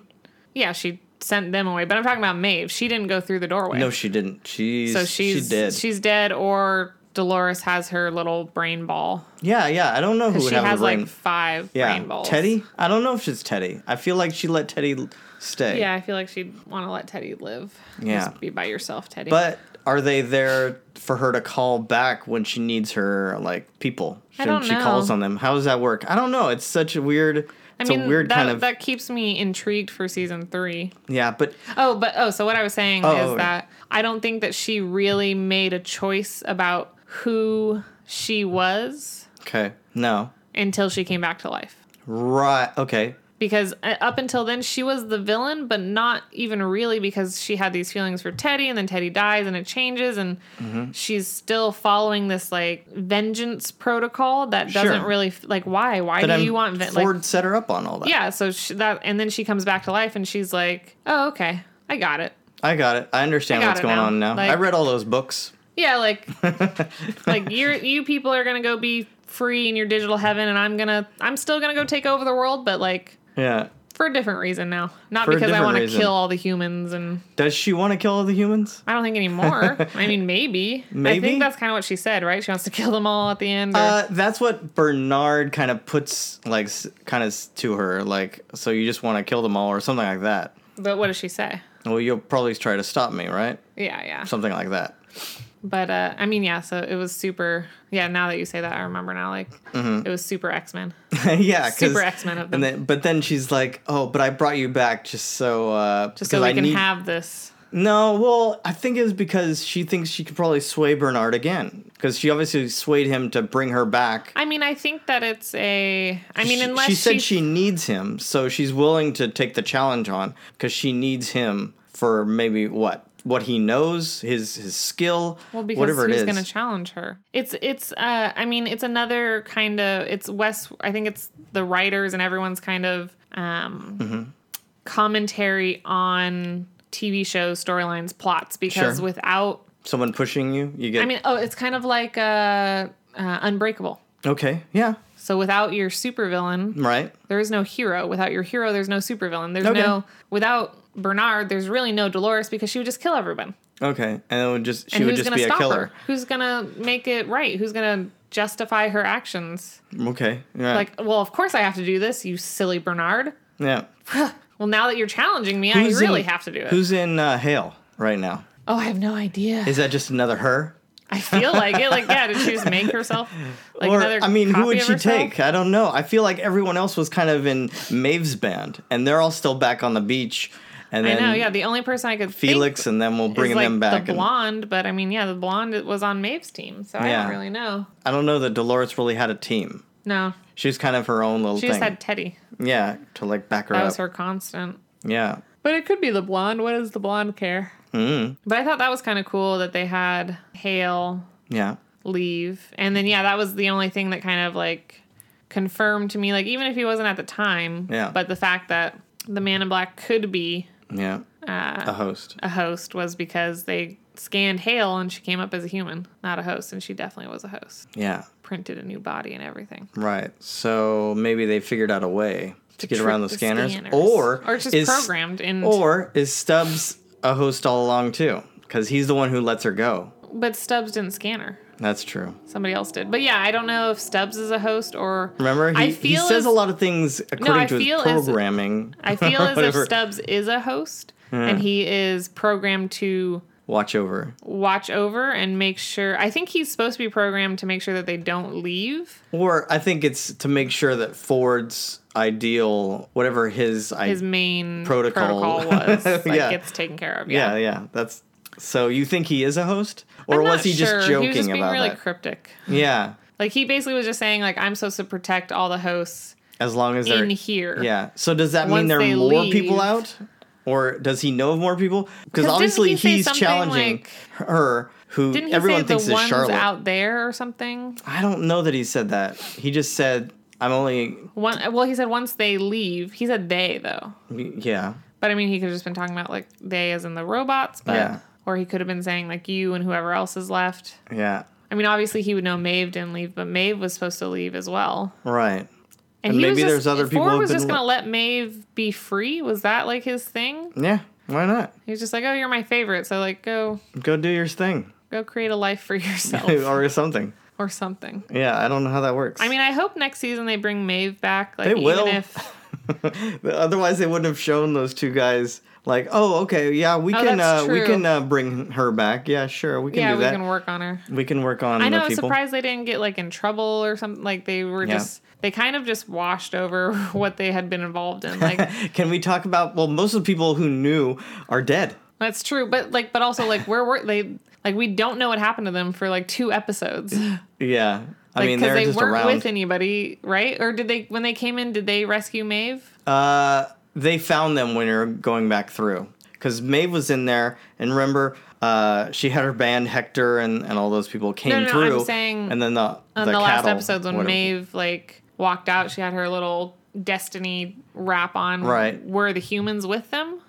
[SPEAKER 1] yeah, she sent them away. But I'm talking about Maeve. She didn't go through the doorway.
[SPEAKER 2] No, she didn't. She's
[SPEAKER 1] so she's
[SPEAKER 2] she did.
[SPEAKER 1] She's dead, or Dolores has her little brain ball.
[SPEAKER 2] yeah, yeah. I don't know who would
[SPEAKER 1] She
[SPEAKER 2] have
[SPEAKER 1] has
[SPEAKER 2] a brain.
[SPEAKER 1] like five brain balls.
[SPEAKER 2] Teddy? I don't know if she's Teddy. I feel like she let Teddy l- stay.
[SPEAKER 1] Yeah, I feel like she'd want to let Teddy live.
[SPEAKER 2] Yeah.
[SPEAKER 1] Just be by yourself, Teddy.
[SPEAKER 2] But are they there for her to call back when she needs her like people?
[SPEAKER 1] I
[SPEAKER 2] She-
[SPEAKER 1] don't
[SPEAKER 2] she calls
[SPEAKER 1] know.
[SPEAKER 2] on them. How does that work? I don't know. It's such a weird
[SPEAKER 1] I
[SPEAKER 2] it's
[SPEAKER 1] mean,
[SPEAKER 2] a weird
[SPEAKER 1] that,
[SPEAKER 2] kind of
[SPEAKER 1] that keeps me intrigued for season three.
[SPEAKER 2] Yeah, but
[SPEAKER 1] Oh, but oh, so what I was saying
[SPEAKER 2] Oh,
[SPEAKER 1] is
[SPEAKER 2] okay.
[SPEAKER 1] that I don't think that she really made a choice about who she was
[SPEAKER 2] okay. No.
[SPEAKER 1] until she came back to life.
[SPEAKER 2] Right okay.
[SPEAKER 1] Because uh, up until then, she was the villain, but not even really because she had these feelings for Teddy, and then Teddy dies and it changes, and
[SPEAKER 2] Mm-hmm.
[SPEAKER 1] she's still following this like vengeance protocol that doesn't
[SPEAKER 2] Sure.
[SPEAKER 1] really f- like why? Why
[SPEAKER 2] But
[SPEAKER 1] do
[SPEAKER 2] I'm-
[SPEAKER 1] you want ven- like
[SPEAKER 2] Ford set her up on all that.
[SPEAKER 1] yeah? So she, that and then she comes back to life and she's like, oh okay, I got it.
[SPEAKER 2] I got it. I understand
[SPEAKER 1] I got
[SPEAKER 2] what's
[SPEAKER 1] it
[SPEAKER 2] going
[SPEAKER 1] now.
[SPEAKER 2] on now. I
[SPEAKER 1] Like-
[SPEAKER 2] read all those books.
[SPEAKER 1] Yeah, like like you you people are gonna go be free in your digital heaven, and I'm gonna I'm still gonna go take over the world, but like
[SPEAKER 2] Yeah.
[SPEAKER 1] for a different reason now, not
[SPEAKER 2] For a
[SPEAKER 1] because I
[SPEAKER 2] different
[SPEAKER 1] want to
[SPEAKER 2] reason.
[SPEAKER 1] kill all the humans, and
[SPEAKER 2] Does she want to kill all the humans?
[SPEAKER 1] I don't think anymore. I mean, maybe I
[SPEAKER 2] Maybe?
[SPEAKER 1] think that's kind of what she said, right? She wants to kill them all at the end. Or,
[SPEAKER 2] Uh, that's what Bernard kind of puts like kind of to her like so you just want to kill them all or something like that.
[SPEAKER 1] but what does she say?
[SPEAKER 2] Well, you'll probably try to stop me, right?
[SPEAKER 1] Yeah, yeah.
[SPEAKER 2] Something like that.
[SPEAKER 1] But uh, I mean, yeah. So it was super. Yeah, now that you say that, I remember now. Like it was super X Men.
[SPEAKER 2] yeah, Mm-hmm. 'cause-
[SPEAKER 1] Super X-Men of them.
[SPEAKER 2] And then, but then she's like, "Oh, but I brought you back just so uh,
[SPEAKER 1] Just so
[SPEAKER 2] because
[SPEAKER 1] we
[SPEAKER 2] I
[SPEAKER 1] can
[SPEAKER 2] need-
[SPEAKER 1] have this.
[SPEAKER 2] No, well, I think it's because she thinks she could probably sway Bernard again because she obviously swayed him to bring her back.
[SPEAKER 1] I mean, I think that it's a. I mean,
[SPEAKER 2] She-
[SPEAKER 1] unless
[SPEAKER 2] she said
[SPEAKER 1] she
[SPEAKER 2] she needs him, so she's willing to take the challenge on because she needs him for maybe what what he knows, his his skill,
[SPEAKER 1] Well, because
[SPEAKER 2] whatever
[SPEAKER 1] who's
[SPEAKER 2] it is.
[SPEAKER 1] going to challenge her? It's it's. Uh, I mean, it's another kind of. It's West. I think it's the writers and everyone's kind of um,
[SPEAKER 2] Mm-hmm.
[SPEAKER 1] commentary on TV shows, storylines, plots. Because
[SPEAKER 2] Sure.
[SPEAKER 1] without,
[SPEAKER 2] Someone pushing you, you get
[SPEAKER 1] I mean, oh, it's kind of like uh, uh, Unbreakable.
[SPEAKER 2] okay, yeah,
[SPEAKER 1] So without your supervillain,
[SPEAKER 2] right.
[SPEAKER 1] there is no hero. Without your hero, there's no supervillain. There's
[SPEAKER 2] Mm. Okay.
[SPEAKER 1] no without Bernard. There's really no Dolores because she would just kill everyone.
[SPEAKER 2] Okay, and then it would just she
[SPEAKER 1] And
[SPEAKER 2] would
[SPEAKER 1] who's
[SPEAKER 2] just
[SPEAKER 1] gonna
[SPEAKER 2] be a
[SPEAKER 1] stop
[SPEAKER 2] killer.
[SPEAKER 1] her? Who's gonna make it right? Who's gonna justify her actions?
[SPEAKER 2] Okay, yeah,
[SPEAKER 1] Like, well, of course I have to do this, you silly Bernard.
[SPEAKER 2] yeah.
[SPEAKER 1] Well, now that you're challenging me,
[SPEAKER 2] Who's
[SPEAKER 1] I really
[SPEAKER 2] in-
[SPEAKER 1] have to do it.
[SPEAKER 2] Who's in uh, Hale right now?
[SPEAKER 1] Oh, I have no idea.
[SPEAKER 2] Is that just another her?
[SPEAKER 1] I feel like it. Like, yeah, did she just make herself? Like
[SPEAKER 2] or
[SPEAKER 1] another
[SPEAKER 2] I mean,
[SPEAKER 1] copy
[SPEAKER 2] who would
[SPEAKER 1] of
[SPEAKER 2] she
[SPEAKER 1] herself?
[SPEAKER 2] take? I don't know. I feel like everyone else was kind of in Maeve's band, and they're all still back on the beach. And
[SPEAKER 1] I
[SPEAKER 2] then
[SPEAKER 1] know. Yeah, the only person I could think
[SPEAKER 2] Felix, and then we'll bring
[SPEAKER 1] is like
[SPEAKER 2] them back.
[SPEAKER 1] the
[SPEAKER 2] and-
[SPEAKER 1] blonde, but I mean, yeah, the blonde was on Maeve's team, so I
[SPEAKER 2] Yeah.
[SPEAKER 1] don't really know.
[SPEAKER 2] I don't know that Dolores really had a team.
[SPEAKER 1] No,
[SPEAKER 2] She's kind of her own little
[SPEAKER 1] she
[SPEAKER 2] thing.
[SPEAKER 1] just had Teddy.
[SPEAKER 2] yeah, to like back her
[SPEAKER 1] That
[SPEAKER 2] up.
[SPEAKER 1] was her constant.
[SPEAKER 2] Yeah.
[SPEAKER 1] But it could be the blonde. What does the blonde care?
[SPEAKER 2] Mm.
[SPEAKER 1] But I thought that was kind of cool that they had Hale
[SPEAKER 2] Yeah.
[SPEAKER 1] leave. And then yeah, that was the only thing that kind of like confirmed to me like even if he wasn't at the time,
[SPEAKER 2] Yeah.
[SPEAKER 1] but the fact that the man in black could be
[SPEAKER 2] Yeah.
[SPEAKER 1] Uh,
[SPEAKER 2] a host.
[SPEAKER 1] a host was because they scanned Hale and she came up as a human, not a host, and she definitely was a host.
[SPEAKER 2] Yeah.
[SPEAKER 1] Printed a new body and everything.
[SPEAKER 2] Right. So maybe they figured out a way to, get
[SPEAKER 1] trick
[SPEAKER 2] around the, scanners.
[SPEAKER 1] Or
[SPEAKER 2] Or
[SPEAKER 1] or it's just
[SPEAKER 2] is,
[SPEAKER 1] programmed in
[SPEAKER 2] Or is Stubbs a host all along too? Because he's the one who lets her go.
[SPEAKER 1] but Stubbs didn't scan her.
[SPEAKER 2] That's true.
[SPEAKER 1] Somebody else did. But yeah, I don't know if Stubbs is a host or
[SPEAKER 2] Remember, he,
[SPEAKER 1] I
[SPEAKER 2] he
[SPEAKER 1] feel
[SPEAKER 2] says
[SPEAKER 1] as-
[SPEAKER 2] a lot of things according
[SPEAKER 1] I
[SPEAKER 2] to
[SPEAKER 1] feel
[SPEAKER 2] his
[SPEAKER 1] as-
[SPEAKER 2] programming.
[SPEAKER 1] I feel as if
[SPEAKER 2] Whatever.
[SPEAKER 1] Stubbs is a host and he is programmed to
[SPEAKER 2] Watch over.
[SPEAKER 1] watch over and make sure. I think he's supposed to be programmed to make sure that they don't leave
[SPEAKER 2] Or I think it's to make sure that Ford's ideal, whatever his, I,
[SPEAKER 1] his main protocol,
[SPEAKER 2] Protocol.
[SPEAKER 1] was. Like,
[SPEAKER 2] Yeah.
[SPEAKER 1] gets taken care of. Yeah.
[SPEAKER 2] yeah, yeah, that's. So you think he is a host, or
[SPEAKER 1] I'm
[SPEAKER 2] was
[SPEAKER 1] not
[SPEAKER 2] he
[SPEAKER 1] sure.
[SPEAKER 2] just joking
[SPEAKER 1] He was just being
[SPEAKER 2] about
[SPEAKER 1] really
[SPEAKER 2] that?
[SPEAKER 1] cryptic.
[SPEAKER 2] yeah,
[SPEAKER 1] Like he basically was just saying, like, I'm supposed to protect all the hosts
[SPEAKER 2] as long as they're
[SPEAKER 1] in here.
[SPEAKER 2] Yeah. So does that
[SPEAKER 1] Once
[SPEAKER 2] mean there
[SPEAKER 1] they
[SPEAKER 2] are more people
[SPEAKER 1] leave-
[SPEAKER 2] out? Or does he know of more people? Because
[SPEAKER 1] didn't
[SPEAKER 2] obviously
[SPEAKER 1] he say
[SPEAKER 2] he's
[SPEAKER 1] something
[SPEAKER 2] challenging
[SPEAKER 1] like-
[SPEAKER 2] her, who
[SPEAKER 1] Didn't he
[SPEAKER 2] everyone
[SPEAKER 1] say
[SPEAKER 2] thinks
[SPEAKER 1] the
[SPEAKER 2] is
[SPEAKER 1] ones
[SPEAKER 2] Charlotte.
[SPEAKER 1] out there or something?
[SPEAKER 2] I don't know that he said that. He just said, "I'm only."
[SPEAKER 1] One, well, he said once they leave. He said they though.
[SPEAKER 2] Yeah.
[SPEAKER 1] But I mean, he could have just been talking about like they as in the robots, but
[SPEAKER 2] Yeah.
[SPEAKER 1] or he could have been saying like you and whoever else is left.
[SPEAKER 2] Yeah.
[SPEAKER 1] I mean, obviously he would know Maeve didn't leave, but Maeve was supposed to leave as well.
[SPEAKER 2] Right.
[SPEAKER 1] And,
[SPEAKER 2] And
[SPEAKER 1] he was
[SPEAKER 2] maybe
[SPEAKER 1] just,
[SPEAKER 2] there's other people
[SPEAKER 1] Ford
[SPEAKER 2] who've
[SPEAKER 1] was
[SPEAKER 2] been
[SPEAKER 1] just going to
[SPEAKER 2] le-
[SPEAKER 1] let Maeve be free. Was that like his thing?
[SPEAKER 2] Yeah. Why not?
[SPEAKER 1] He was just like, "Oh, you're my favorite, so like go
[SPEAKER 2] Go do your thing
[SPEAKER 1] go create a life for yourself
[SPEAKER 2] or something.
[SPEAKER 1] or something."
[SPEAKER 2] Yeah. I don't know how that works.
[SPEAKER 1] I mean, I hope next season they bring Maeve back. Like
[SPEAKER 2] They will.
[SPEAKER 1] even if
[SPEAKER 2] Otherwise, they wouldn't have shown those two guys. Like, oh, okay, yeah, we can,
[SPEAKER 1] that's
[SPEAKER 2] uh, we
[SPEAKER 1] true.
[SPEAKER 2] can uh, bring her back. Yeah, sure, we can
[SPEAKER 1] yeah,
[SPEAKER 2] do
[SPEAKER 1] we
[SPEAKER 2] that.
[SPEAKER 1] can work on her.
[SPEAKER 2] we can work on.
[SPEAKER 1] I know. I
[SPEAKER 2] the
[SPEAKER 1] was
[SPEAKER 2] people.
[SPEAKER 1] surprised they didn't get like in trouble or something. Like they were
[SPEAKER 2] Yeah.
[SPEAKER 1] just they kind of just washed over what they had been involved in. Like
[SPEAKER 2] Can we talk about? Well, most of the people who knew are dead.
[SPEAKER 1] that's true, but like but also like where were they? Like we don't know what happened to them for like two episodes. Like,
[SPEAKER 2] Yeah, I mean
[SPEAKER 1] 'cause
[SPEAKER 2] they're
[SPEAKER 1] they
[SPEAKER 2] just
[SPEAKER 1] weren't
[SPEAKER 2] around.
[SPEAKER 1] with anybody, right? Or did they when they came in? Did they rescue Maeve?
[SPEAKER 2] uh, they found them when you're going back through, because Maeve was in there, and remember, uh, she had her band Hector and, and all those people came
[SPEAKER 1] No, no, no, I'm
[SPEAKER 2] through.
[SPEAKER 1] saying
[SPEAKER 2] and then the
[SPEAKER 1] On
[SPEAKER 2] the,
[SPEAKER 1] Um, the, last
[SPEAKER 2] cattle,
[SPEAKER 1] episodes when
[SPEAKER 2] whatever.
[SPEAKER 1] Maeve like walked out, she had her little destiny wrap on.
[SPEAKER 2] Right.
[SPEAKER 1] Were the humans with them?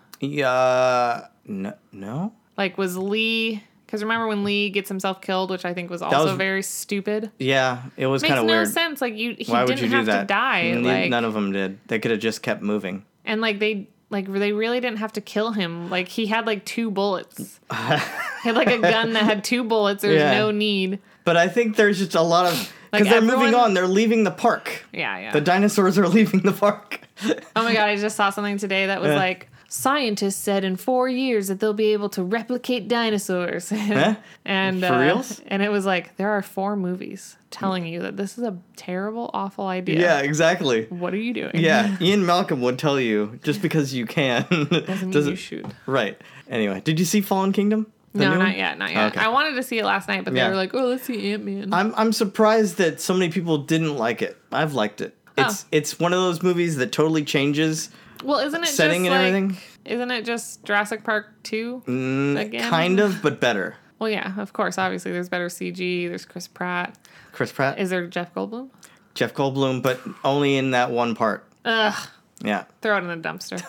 [SPEAKER 2] Yeah, no, no,
[SPEAKER 1] Like was Lee? Because remember when Lee gets himself killed, which I think was also
[SPEAKER 2] was-
[SPEAKER 1] very stupid.
[SPEAKER 2] yeah, it was
[SPEAKER 1] makes
[SPEAKER 2] kind
[SPEAKER 1] no
[SPEAKER 2] of weird.
[SPEAKER 1] sense. Like you, he
[SPEAKER 2] Why would
[SPEAKER 1] didn't
[SPEAKER 2] you do
[SPEAKER 1] have
[SPEAKER 2] that?
[SPEAKER 1] to die.
[SPEAKER 2] Ne-
[SPEAKER 1] like
[SPEAKER 2] None of them did. They could have just kept moving.
[SPEAKER 1] and like they like they really didn't have to kill him. Like he had like two bullets. he had like a gun that had two bullets. There's
[SPEAKER 2] Yeah.
[SPEAKER 1] no need.
[SPEAKER 2] But I think there's just a lot of
[SPEAKER 1] Like,
[SPEAKER 2] because they're moving
[SPEAKER 1] everyone-
[SPEAKER 2] on. They're leaving the park.
[SPEAKER 1] Yeah, yeah.
[SPEAKER 2] The dinosaurs are leaving the park.
[SPEAKER 1] oh my god, I just saw something today that was
[SPEAKER 2] Yeah.
[SPEAKER 1] like scientists said in four years that they'll be able to replicate dinosaurs. and
[SPEAKER 2] For
[SPEAKER 1] uh,
[SPEAKER 2] reals?
[SPEAKER 1] and it was like there are four movies telling you that this is a terrible, awful idea.
[SPEAKER 2] Yeah, exactly.
[SPEAKER 1] What are you doing?
[SPEAKER 2] Yeah, Ian Malcolm would tell you just because you can
[SPEAKER 1] Doesn't mean
[SPEAKER 2] doesn't-
[SPEAKER 1] you should.
[SPEAKER 2] Right. Anyway, did you see Fallen Kingdom? The
[SPEAKER 1] No,
[SPEAKER 2] new
[SPEAKER 1] not
[SPEAKER 2] one? Oh,
[SPEAKER 1] yet, not yet.
[SPEAKER 2] Okay.
[SPEAKER 1] I wanted to see it last night, but
[SPEAKER 2] Yeah.
[SPEAKER 1] they were like, "Oh, let's see Ant Man."
[SPEAKER 2] I'm I'm surprised that so many people didn't like it. I've liked it.
[SPEAKER 1] Oh.
[SPEAKER 2] It's it's one of those movies that totally changes
[SPEAKER 1] Well, isn't it
[SPEAKER 2] setting
[SPEAKER 1] just
[SPEAKER 2] and
[SPEAKER 1] like,
[SPEAKER 2] everything.
[SPEAKER 1] Isn't it just Jurassic Park two? again?
[SPEAKER 2] Kind of, but better.
[SPEAKER 1] Well, yeah, of course. Obviously, there's better CG. There's Chris Pratt.
[SPEAKER 2] Chris Pratt,
[SPEAKER 1] Is there Jeff Goldblum?
[SPEAKER 2] Jeff Goldblum, but only in that one part.
[SPEAKER 1] Ugh,
[SPEAKER 2] Yeah.
[SPEAKER 1] throw it in the dumpster.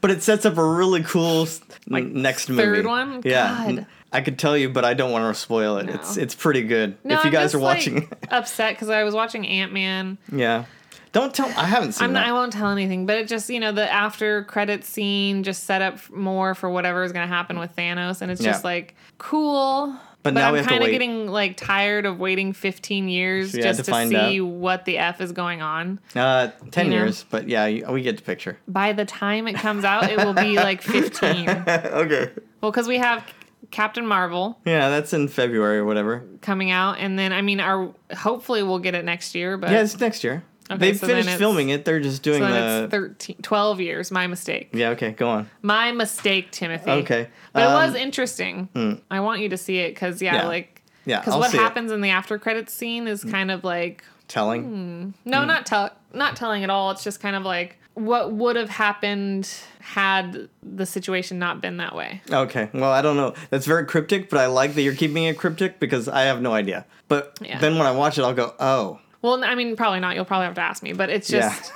[SPEAKER 2] But it sets up a really cool s- n- next movie.
[SPEAKER 1] one?
[SPEAKER 2] Yeah.
[SPEAKER 1] God.
[SPEAKER 2] n- I could tell you, but I don't want to spoil it. It's it's pretty good.
[SPEAKER 1] No,
[SPEAKER 2] if you
[SPEAKER 1] I'm
[SPEAKER 2] guys
[SPEAKER 1] just,
[SPEAKER 2] are watching,
[SPEAKER 1] like, upset because I was watching Ant Man.
[SPEAKER 2] yeah. Don't tell. I haven't seen
[SPEAKER 1] I'm
[SPEAKER 2] that.
[SPEAKER 1] not, I won't tell anything, but it just you know the after credit scene just set up f- more for whatever is going to happen with Thanos, and it's just
[SPEAKER 2] Yeah.
[SPEAKER 1] like cool.
[SPEAKER 2] But now
[SPEAKER 1] I'm
[SPEAKER 2] we have to
[SPEAKER 1] kinda
[SPEAKER 2] wait.
[SPEAKER 1] getting like tired of waiting 15 years
[SPEAKER 2] Yeah,
[SPEAKER 1] just
[SPEAKER 2] to
[SPEAKER 1] to,
[SPEAKER 2] find
[SPEAKER 1] see what the f is going on.
[SPEAKER 2] Uh, ten
[SPEAKER 1] You know?
[SPEAKER 2] years, but yeah, you- we get the picture.
[SPEAKER 1] By the time it comes out, it will be like 15.
[SPEAKER 2] okay.
[SPEAKER 1] Well, because we have Captain Marvel
[SPEAKER 2] Yeah, that's in February or whatever.
[SPEAKER 1] coming out, and then I mean, our hopefully we'll get it next year, but
[SPEAKER 2] Yeah, it's next year.
[SPEAKER 1] Okay,
[SPEAKER 2] They've
[SPEAKER 1] so then
[SPEAKER 2] finished
[SPEAKER 1] it's-
[SPEAKER 2] filming it. They're just doing
[SPEAKER 1] so then
[SPEAKER 2] the.
[SPEAKER 1] it's 13, 12 years. My mistake.
[SPEAKER 2] yeah, okay, go on.
[SPEAKER 1] My mistake, Timothy.
[SPEAKER 2] Okay.
[SPEAKER 1] But it was
[SPEAKER 2] Um,
[SPEAKER 1] interesting. I want you to see it because, yeah,
[SPEAKER 2] Yeah.
[SPEAKER 1] like,
[SPEAKER 2] Yeah,
[SPEAKER 1] because
[SPEAKER 2] I'll
[SPEAKER 1] what
[SPEAKER 2] see it. Hmm.
[SPEAKER 1] happens in the after credits scene is kind of like,
[SPEAKER 2] Telling.
[SPEAKER 1] no,
[SPEAKER 2] Hmm.
[SPEAKER 1] not tell, not telling at all. It's just kind of like what would have happened had the situation not been that way.
[SPEAKER 2] Okay, well, I don't know. That's very cryptic, but I like that you're keeping it cryptic because I have no idea. But
[SPEAKER 1] Yeah.
[SPEAKER 2] then when I watch it, I'll go, oh,
[SPEAKER 1] Well, I mean, probably not. You'll probably have to ask me, but it's just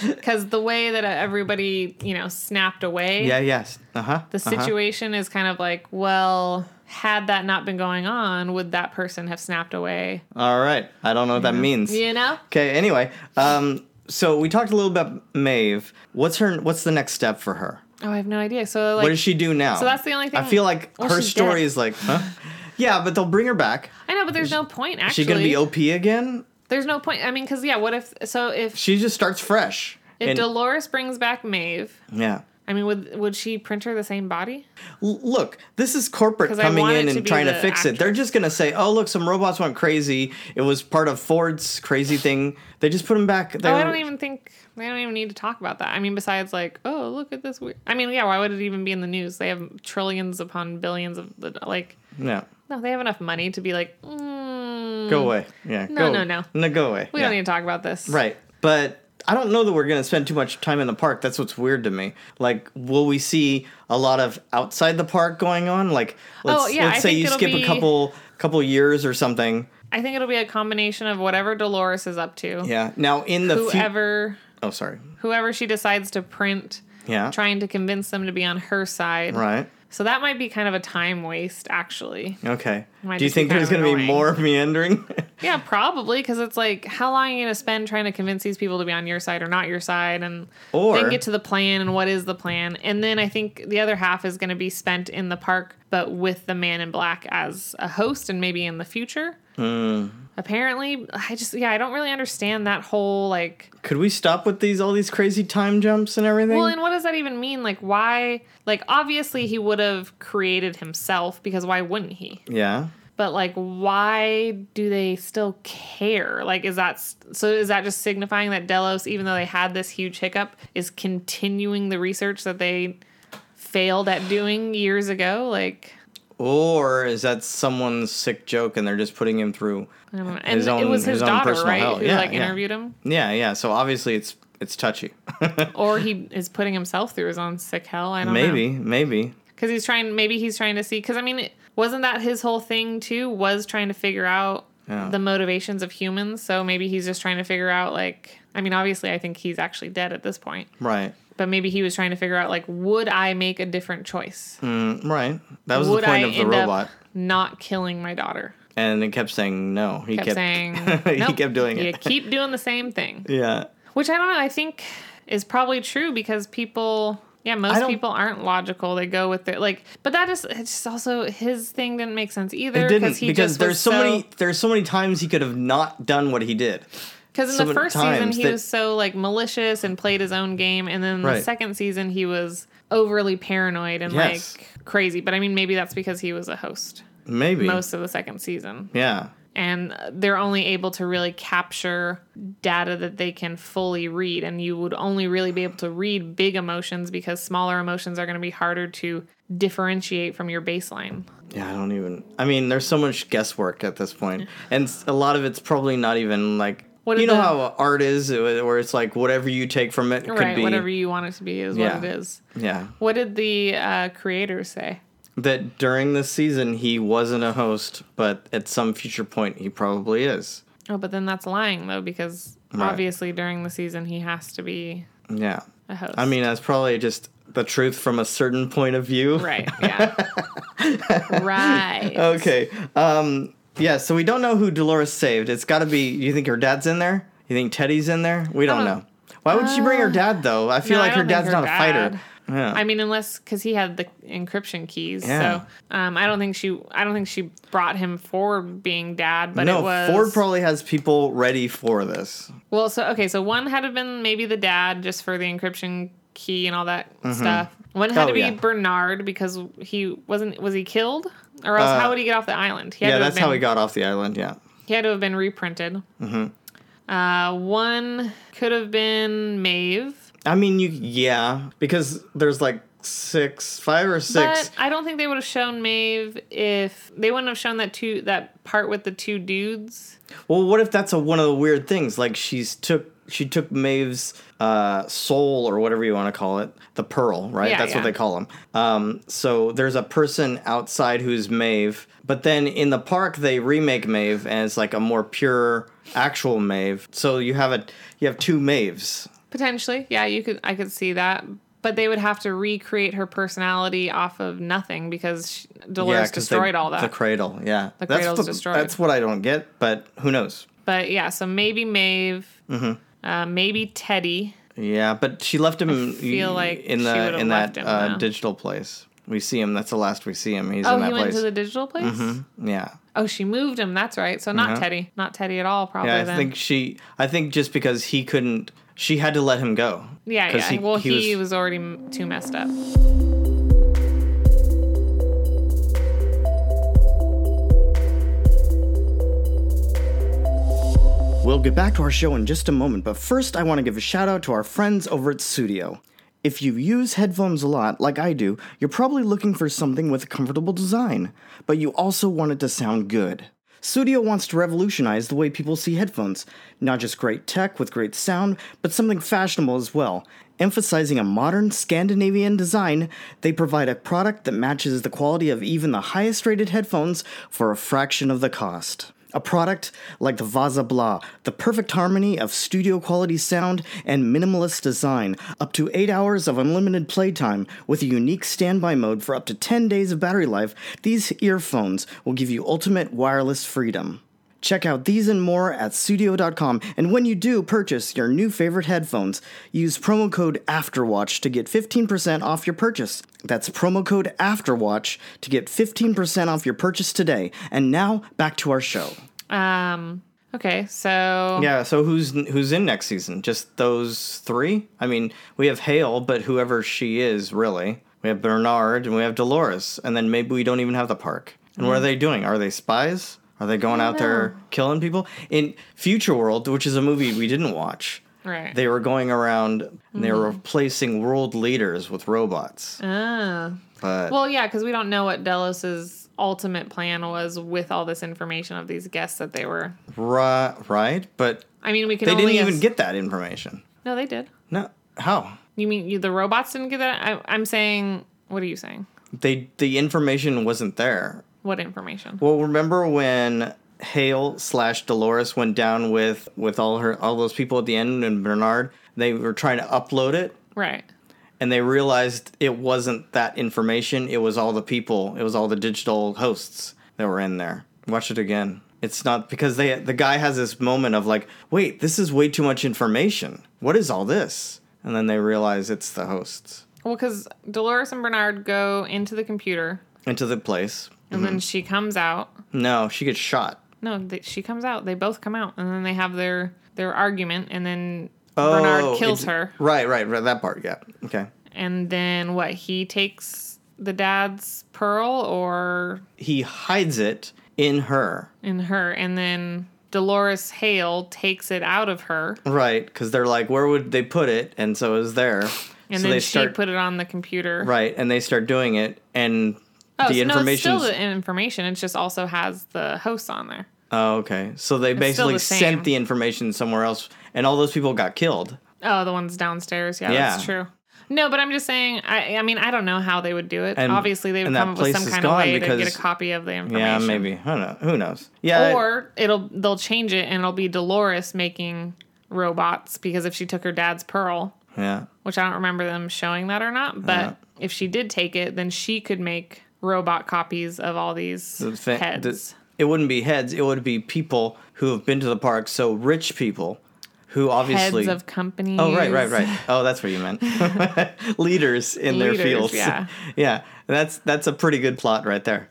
[SPEAKER 1] because the way that uh, everybody, you know, snapped away.
[SPEAKER 2] yeah, yes, uh huh.
[SPEAKER 1] The situation is kind of like, well, had that not been going on, would that person have snapped away?
[SPEAKER 2] All right, I don't know what that means.
[SPEAKER 1] You know?
[SPEAKER 2] Okay, anyway, um, so we talked a little about Maeve. What's her? What's the next step for her?
[SPEAKER 1] Oh, I have no idea. So, like,
[SPEAKER 2] what does she do now? So
[SPEAKER 1] that's the only
[SPEAKER 2] I
[SPEAKER 1] thing-
[SPEAKER 2] feel like
[SPEAKER 1] Well,
[SPEAKER 2] her
[SPEAKER 1] she's
[SPEAKER 2] story
[SPEAKER 1] dead.
[SPEAKER 2] is like, huh? Yeah, but they'll bring her back.
[SPEAKER 1] I know, but there's no point.
[SPEAKER 2] Is
[SPEAKER 1] Actually,
[SPEAKER 2] she gonna be OP again?
[SPEAKER 1] there's no point. I mean, because yeah, what if? So if
[SPEAKER 2] She just starts fresh.
[SPEAKER 1] if
[SPEAKER 2] And-
[SPEAKER 1] Dolores brings back Maeve,
[SPEAKER 2] yeah.
[SPEAKER 1] I mean, would would she print her the same body?
[SPEAKER 2] L- look, this is corporate
[SPEAKER 1] 'Cause I
[SPEAKER 2] coming
[SPEAKER 1] want
[SPEAKER 2] in
[SPEAKER 1] it to
[SPEAKER 2] and
[SPEAKER 1] be
[SPEAKER 2] trying to
[SPEAKER 1] the
[SPEAKER 2] fix it. They're just gonna say, "Oh, look, some robots went crazy. It was part of Ford's crazy thing. They just put them back." They
[SPEAKER 1] Oh, I
[SPEAKER 2] were-
[SPEAKER 1] don't even think they don't even need to talk about that. I mean, besides like, oh, look at this weird. I mean, yeah, why would it even be in the news? They have trillions upon billions of the like.
[SPEAKER 2] No,
[SPEAKER 1] No, they have enough money to be like, mm,
[SPEAKER 2] go away. Yeah,
[SPEAKER 1] No,
[SPEAKER 2] go.
[SPEAKER 1] no, no.
[SPEAKER 2] no, go away.
[SPEAKER 1] we
[SPEAKER 2] Yeah.
[SPEAKER 1] don't need to talk about this.
[SPEAKER 2] Right. But I don't know that we're going to spend too much time in the park. That's what's weird to me. Like, will we see a lot of outside the park going on? Like, let's,
[SPEAKER 1] Oh, yeah,
[SPEAKER 2] let's
[SPEAKER 1] I
[SPEAKER 2] say
[SPEAKER 1] think
[SPEAKER 2] you
[SPEAKER 1] it'll
[SPEAKER 2] skip
[SPEAKER 1] be-
[SPEAKER 2] a couple couple years or something.
[SPEAKER 1] I think it'll be a combination of whatever Dolores is up to,
[SPEAKER 2] Yeah. Now in the fu-
[SPEAKER 1] whoever
[SPEAKER 2] oh, sorry.
[SPEAKER 1] whoever she decides to print,
[SPEAKER 2] Yeah.
[SPEAKER 1] trying to convince them to be on her side.
[SPEAKER 2] Right.
[SPEAKER 1] So that might be kind of a time waste, actually.
[SPEAKER 2] Okay.
[SPEAKER 1] Might
[SPEAKER 2] Do you
[SPEAKER 1] just be
[SPEAKER 2] think there's
[SPEAKER 1] kinda
[SPEAKER 2] going to be
[SPEAKER 1] annoying.
[SPEAKER 2] more meandering?
[SPEAKER 1] Yeah, probably because it's like, how long are you going to spend trying to convince these people to be on your side or not your side, and
[SPEAKER 2] Or-
[SPEAKER 1] then get to the plan and what is the plan, and then I think the other half is going to be spent in the park, but with the Man in Black as a host, and maybe in the future. Apparently, I just yeah, I don't really understand that whole like.
[SPEAKER 2] Could we stop with these all these crazy time jumps and everything?
[SPEAKER 1] Well, and what does that even mean? Like, why? Like, obviously, he would have created himself because why wouldn't he?
[SPEAKER 2] yeah.
[SPEAKER 1] but like why do they still care like is that so is that just signifying that delos even though they had this huge hiccup is continuing the research that they failed at doing years ago like
[SPEAKER 2] Or is that someone's sick joke and they're just putting him through?
[SPEAKER 1] I don't know. and
[SPEAKER 2] His own-
[SPEAKER 1] it was his,
[SPEAKER 2] his own
[SPEAKER 1] daughter
[SPEAKER 2] personal
[SPEAKER 1] right
[SPEAKER 2] hell.
[SPEAKER 1] who
[SPEAKER 2] Yeah,
[SPEAKER 1] like
[SPEAKER 2] yeah.
[SPEAKER 1] interviewed him
[SPEAKER 2] Yeah, yeah. So obviously it's it's touchy.
[SPEAKER 1] or he is putting himself through his own sick hell i don't know
[SPEAKER 2] maybe, maybe.
[SPEAKER 1] because he's trying maybe he's trying to see because i mean it- wasn't that his whole thing too was trying to figure out
[SPEAKER 2] Yeah.
[SPEAKER 1] the motivations of humans so maybe he's just trying to figure out like i mean obviously i think he's actually dead at this point
[SPEAKER 2] Right.
[SPEAKER 1] but maybe he was trying to figure out like would i make a different choice
[SPEAKER 2] Right. That was
[SPEAKER 1] would
[SPEAKER 2] the point
[SPEAKER 1] i
[SPEAKER 2] of the robot.
[SPEAKER 1] up not killing my daughter
[SPEAKER 2] And it kept saying no. He
[SPEAKER 1] kept,
[SPEAKER 2] kept,
[SPEAKER 1] saying
[SPEAKER 2] he
[SPEAKER 1] "Nope,
[SPEAKER 2] kept doing
[SPEAKER 1] you
[SPEAKER 2] it.
[SPEAKER 1] keep doing the same thing
[SPEAKER 2] Yeah.
[SPEAKER 1] which i don't know i think is probably true because people yeah most
[SPEAKER 2] don't-
[SPEAKER 1] people aren't logical they go with their like but that is it's just also his thing didn't make sense either
[SPEAKER 2] It didn't
[SPEAKER 1] he
[SPEAKER 2] because
[SPEAKER 1] just
[SPEAKER 2] there's
[SPEAKER 1] was
[SPEAKER 2] so, many there's so many times he could have not done what he did.
[SPEAKER 1] Because in
[SPEAKER 2] so
[SPEAKER 1] the
[SPEAKER 2] many
[SPEAKER 1] first season,
[SPEAKER 2] times
[SPEAKER 1] he
[SPEAKER 2] that-
[SPEAKER 1] was so like malicious and played his own game, and then
[SPEAKER 2] Right.
[SPEAKER 1] the second season, he was overly paranoid and
[SPEAKER 2] Yes.
[SPEAKER 1] like crazy. But I mean, maybe that's because he was a host
[SPEAKER 2] Maybe.
[SPEAKER 1] most of the second season,
[SPEAKER 2] Yeah.
[SPEAKER 1] and uh, they're only able to really capture data that they can fully read, and you would only really be able to read big emotions because smaller emotions are going to be harder to differentiate from your baseline.
[SPEAKER 2] Yeah, I don't even. I mean, there's so much guesswork at this point, and s- a lot of it's probably not even like
[SPEAKER 1] What
[SPEAKER 2] you
[SPEAKER 1] are
[SPEAKER 2] know
[SPEAKER 1] the-
[SPEAKER 2] how art is, uh, where it's like whatever you take from it could
[SPEAKER 1] right,
[SPEAKER 2] be.
[SPEAKER 1] whatever you want it to be is
[SPEAKER 2] Yeah.
[SPEAKER 1] what it is.
[SPEAKER 2] Yeah,
[SPEAKER 1] What did the uh, creators say?
[SPEAKER 2] that during this season he wasn't a host, but at some future point he probably is.
[SPEAKER 1] Oh, but then that's lying though, because
[SPEAKER 2] Right.
[SPEAKER 1] obviously during the season he has to be
[SPEAKER 2] Yeah,
[SPEAKER 1] a host.
[SPEAKER 2] I mean that's probably just the truth from a certain point of view.
[SPEAKER 1] right? Yeah, right.
[SPEAKER 2] Okay. Um. Yeah. So we don't know who Dolores saved. It's got to be. You think her dad's in there? You think Teddy's in there? We don't
[SPEAKER 1] Oh.
[SPEAKER 2] know. Why would she bring her dad though? I feel
[SPEAKER 1] uh, no, I
[SPEAKER 2] like her
[SPEAKER 1] don't think
[SPEAKER 2] dad's
[SPEAKER 1] her
[SPEAKER 2] not a fighter.
[SPEAKER 1] dad-
[SPEAKER 2] Yeah.
[SPEAKER 1] I mean, unless because he had the encryption keys,
[SPEAKER 2] Yeah.
[SPEAKER 1] so um, I don't think she, I don't think she brought him for being dad, but
[SPEAKER 2] no,
[SPEAKER 1] it was
[SPEAKER 2] Ford probably has people ready for this.
[SPEAKER 1] well. So okay, so one had to have been maybe the dad just for the encryption key and all that stuff. One had
[SPEAKER 2] Oh,
[SPEAKER 1] to be
[SPEAKER 2] yeah.
[SPEAKER 1] Bernard because he wasn't. Was he killed? Or else, how would he get off the island? He had
[SPEAKER 2] Uh, yeah,
[SPEAKER 1] to have
[SPEAKER 2] that's how
[SPEAKER 1] been-
[SPEAKER 2] he got off the island. Yeah.
[SPEAKER 1] He had to have been reprinted. Mm-hmm. Uh, one could have been Maeve,
[SPEAKER 2] I mean, you yeah, because there's like six, five or six.
[SPEAKER 1] but I don't think they would have shown Maeve if they wouldn't have shown that two that part with the two dudes.
[SPEAKER 2] well, what if that's a, one of the weird things? Like she's took she took Maeve's uh, soul or whatever you want to call it, the pearl, right?
[SPEAKER 1] Yeah,
[SPEAKER 2] that's what
[SPEAKER 1] yeah.
[SPEAKER 2] they call them. Um, so there's a person outside who's Maeve, but then in the park they remake Maeve, and it's like a more pure actual Maeve. So you have a you have two Maeves.
[SPEAKER 1] Potentially, yeah, you could. I could see that, but they would have to recreate her personality off of nothing because she, Dolores
[SPEAKER 2] 'cause they-
[SPEAKER 1] destroyed all that.
[SPEAKER 2] The cradle, yeah. The
[SPEAKER 1] cradle's
[SPEAKER 2] that's
[SPEAKER 1] destroyed.
[SPEAKER 2] That's what I don't get, but who knows?
[SPEAKER 1] but yeah, so maybe Maeve,
[SPEAKER 2] Mm-hmm.
[SPEAKER 1] uh, maybe Teddy.
[SPEAKER 2] Yeah, but she left him.
[SPEAKER 1] feel
[SPEAKER 2] y-
[SPEAKER 1] like
[SPEAKER 2] in
[SPEAKER 1] she
[SPEAKER 2] the
[SPEAKER 1] would've
[SPEAKER 2] in
[SPEAKER 1] left
[SPEAKER 2] that
[SPEAKER 1] him,
[SPEAKER 2] uh,
[SPEAKER 1] though.
[SPEAKER 2] digital place. We see him. That's the last we see him. He's
[SPEAKER 1] Oh,
[SPEAKER 2] in
[SPEAKER 1] he
[SPEAKER 2] that
[SPEAKER 1] went
[SPEAKER 2] place. Mm-hmm.
[SPEAKER 1] to the digital place.
[SPEAKER 2] yeah,
[SPEAKER 1] Oh, she moved him. That's right. So not Teddy, not Teddy at all. Probably.
[SPEAKER 2] Uh-huh. yeah. I
[SPEAKER 1] then.
[SPEAKER 2] think she. I think just because he couldn't, she had to let him go.
[SPEAKER 1] Yeah,
[SPEAKER 2] 'Cause
[SPEAKER 1] yeah. well, he,
[SPEAKER 2] was,
[SPEAKER 1] was, already m- too messed up.
[SPEAKER 2] We'll get back to our show in just a moment, but first I want to give a shout out to our friends over at Studio. If you use headphones a lot, like I do, you're probably looking for something with a comfortable design, but you also want it to sound good. Studio wants to revolutionize the way people see headphones. Not just great tech with great sound, but something fashionable as well. Emphasizing a modern Scandinavian design, they provide a product that matches the quality of even the highest rated headphones for a fraction of the cost. A product like the Vaza Blah, the perfect harmony of studio quality sound and minimalist design, up to 8 hours of unlimited playtime with a unique standby mode for up to 10 days of battery life, these earphones will give you ultimate wireless freedom. Check out these and more at studio.com and when you do purchase your new favorite headphones, use promo code AFTERWATCH to get 15% off your purchase. That's promo code AFTERWATCH to get 15% off your purchase today. And now back to our show.
[SPEAKER 1] Um. Okay. So
[SPEAKER 2] Yeah, so who's who's in next season? Just those three? I mean, we have Hale, but whoever she is, really. We have Bernard and we have Dolores, and then maybe we don't even have the park. And what are they doing? Are they spies? Are they going out there killing people? In Future World, which is a movie we didn't watch,
[SPEAKER 1] Right.
[SPEAKER 2] they were going around and they were replacing world leaders with robots.
[SPEAKER 1] Ah.
[SPEAKER 2] But
[SPEAKER 1] Well, yeah, because we don't know what Delos's ultimate plan was with all this information of these guests that they were.
[SPEAKER 2] ri- right, but
[SPEAKER 1] I mean, we can.
[SPEAKER 2] they
[SPEAKER 1] only
[SPEAKER 2] didn't even
[SPEAKER 1] ass-
[SPEAKER 2] get that information.
[SPEAKER 1] No, they did.
[SPEAKER 2] No, how?
[SPEAKER 1] You mean you, the robots didn't get that? I, I'm saying. What are you saying?
[SPEAKER 2] They the information wasn't there.
[SPEAKER 1] What information?
[SPEAKER 2] Well, remember when Hale slash Dolores went down with with all her all those people at the end and Bernard? They were trying to upload it,
[SPEAKER 1] right.
[SPEAKER 2] and they realized it wasn't that information. It was all the people. It was all the digital hosts that were in there. Watch it again. It's not because they the guy has this moment of like, wait, this is way too much information. What is all this? And then they realize it's the hosts
[SPEAKER 1] Well, because Dolores and Bernard go into the computer,
[SPEAKER 2] into the place.
[SPEAKER 1] and then
[SPEAKER 2] Mm-hmm.
[SPEAKER 1] she comes out.
[SPEAKER 2] No, she gets shot.
[SPEAKER 1] No, they, she comes out. They both come out, and then they have their their argument, and then
[SPEAKER 2] Oh,
[SPEAKER 1] Bernard kills
[SPEAKER 2] it's-
[SPEAKER 1] her,
[SPEAKER 2] Right, right, right. That part. Yeah. Okay.
[SPEAKER 1] and then what? He takes the dad's pearl or
[SPEAKER 2] he hides it in her
[SPEAKER 1] in her, and then Dolores Hale takes it out of her,
[SPEAKER 2] right because they're like where would they put it and so it was there
[SPEAKER 1] and
[SPEAKER 2] so
[SPEAKER 1] then
[SPEAKER 2] they
[SPEAKER 1] she
[SPEAKER 2] start
[SPEAKER 1] put it on the computer.
[SPEAKER 2] right and they start doing it and
[SPEAKER 1] Oh,
[SPEAKER 2] the
[SPEAKER 1] so no, it's
[SPEAKER 2] information
[SPEAKER 1] still the information. It just also has the hosts on there.
[SPEAKER 2] oh okay so they
[SPEAKER 1] still
[SPEAKER 2] basically
[SPEAKER 1] the same.
[SPEAKER 2] sent the information somewhere else and all those people got killed
[SPEAKER 1] Oh, the ones downstairs. Yeah, that's
[SPEAKER 2] Yeah.
[SPEAKER 1] true. No, but I'm just saying. I, I mean, I don't know how they would do it.
[SPEAKER 2] And-
[SPEAKER 1] Obviously, they would
[SPEAKER 2] and that
[SPEAKER 1] come up with
[SPEAKER 2] place
[SPEAKER 1] some
[SPEAKER 2] is
[SPEAKER 1] kind of
[SPEAKER 2] gone
[SPEAKER 1] way to get
[SPEAKER 2] because-
[SPEAKER 1] a copy of the information.
[SPEAKER 2] yeah maybe i don't know who knows yeah
[SPEAKER 1] Or it'll they'll change it and it'll be Dolores making robots because if she took her dad's pearl,
[SPEAKER 2] yeah
[SPEAKER 1] which I don't remember them showing that or not, but if she did take it, then she could make robot copies of all these
[SPEAKER 2] The thi- the-
[SPEAKER 1] heads.
[SPEAKER 2] it wouldn't be heads it would be people who have been to the park so rich people who obviously
[SPEAKER 1] Heads of companies.
[SPEAKER 2] Oh, right, right, right. Oh, that's what you meant. Leaders in their
[SPEAKER 1] Leaders,
[SPEAKER 2] fields.
[SPEAKER 1] yeah.
[SPEAKER 2] yeah. That's that's a pretty good plot right there.